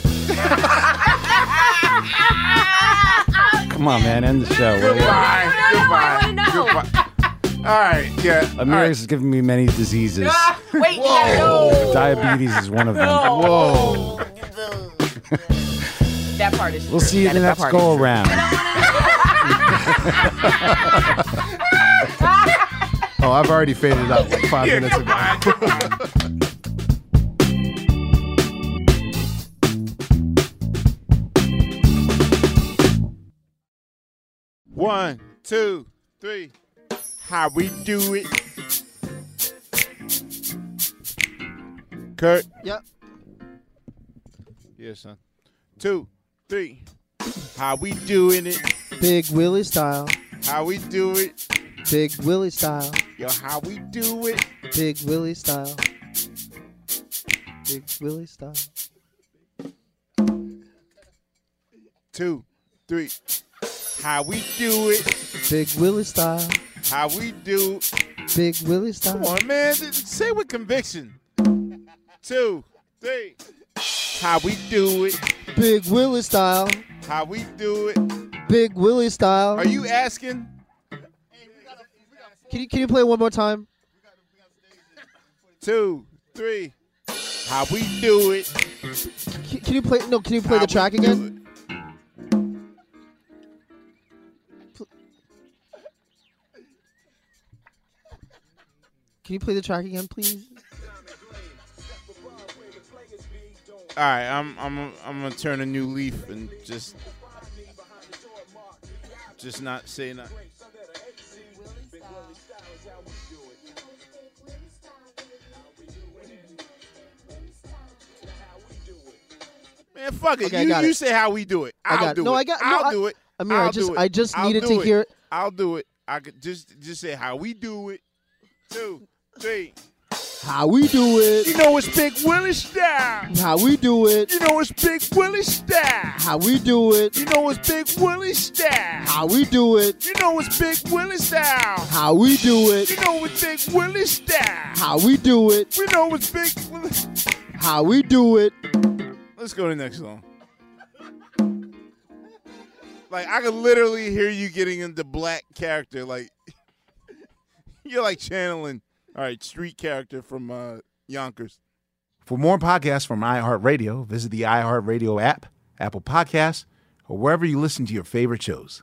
C: Come on, man, end the show. What are you-
A: Goodbye.
F: No, no, no, I
A: goodbye.
F: wanna know.
A: goodbye. All right, yeah. all
C: Amir
A: right.
C: has given me many diseases.
G: Wait, no.
C: Diabetes is one of them.
A: Whoa.
G: That part is
C: We'll see you
G: that
C: the
G: is- that
C: next
G: part
C: go
G: is-
C: around.
E: Oh, I've already faded out like five minutes ago.
A: One, two, three. How we do it. Kurt. Yep. Yes, son. Two, three. How we doing it?
B: Big Willie style.
A: How we do it?
B: Big Willie style.
A: Yo, how we do it?
B: Big Willie style. Big Willie style.
A: Two, three. How we do it?
B: Big Willie style.
A: How we do?
B: Big Willie
A: Come
B: style.
A: on, man. Say with conviction. Two, three. How we do it?
B: Big Willie style.
A: How we do it?
B: Big Willie style.
A: Are you asking?
B: Can you can you play one more time?
A: Two, three. How we do it?
B: Can, can you play no? Can you play
A: How we
B: the track
A: do
B: again?
A: it.
B: Can you play the track again, please?
A: All right, I'm I'm I'm gonna turn a new leaf and just just not say nothing. Man, fuck it.
B: Okay, I
A: you
B: got
A: you
B: it.
A: say how we do it.
B: I
A: I'll
B: got it.
A: do
B: No,
A: it.
B: I got- no,
A: I'll
B: I-
A: do it.
B: Amir, I
A: I'll
B: just-
A: do it.
B: I just
A: I'll
B: needed
A: do
B: to
A: it.
B: hear it.
A: I'll do it. I could just just say how we do it. Two, three.
B: How we do it.
O: You know it's Big Willie style.
B: How we do it.
O: You know it's Big Willie style.
B: How we do it.
O: You know it's Big Willie style.
B: How we do it.
O: You know it's Big Willie style.
B: How we do it.
O: You know it's Big Willie style.
B: How we do it.
O: We know it's Big Willie.
B: How we do it.
A: Let's go to the next song. Like I could literally hear you getting into black character. Like you're like channeling all right, street character from uh Yonkers.
P: For more podcasts from iHeartRadio, visit the iHeartRadio app, Apple Podcasts, or wherever you listen to your favorite shows.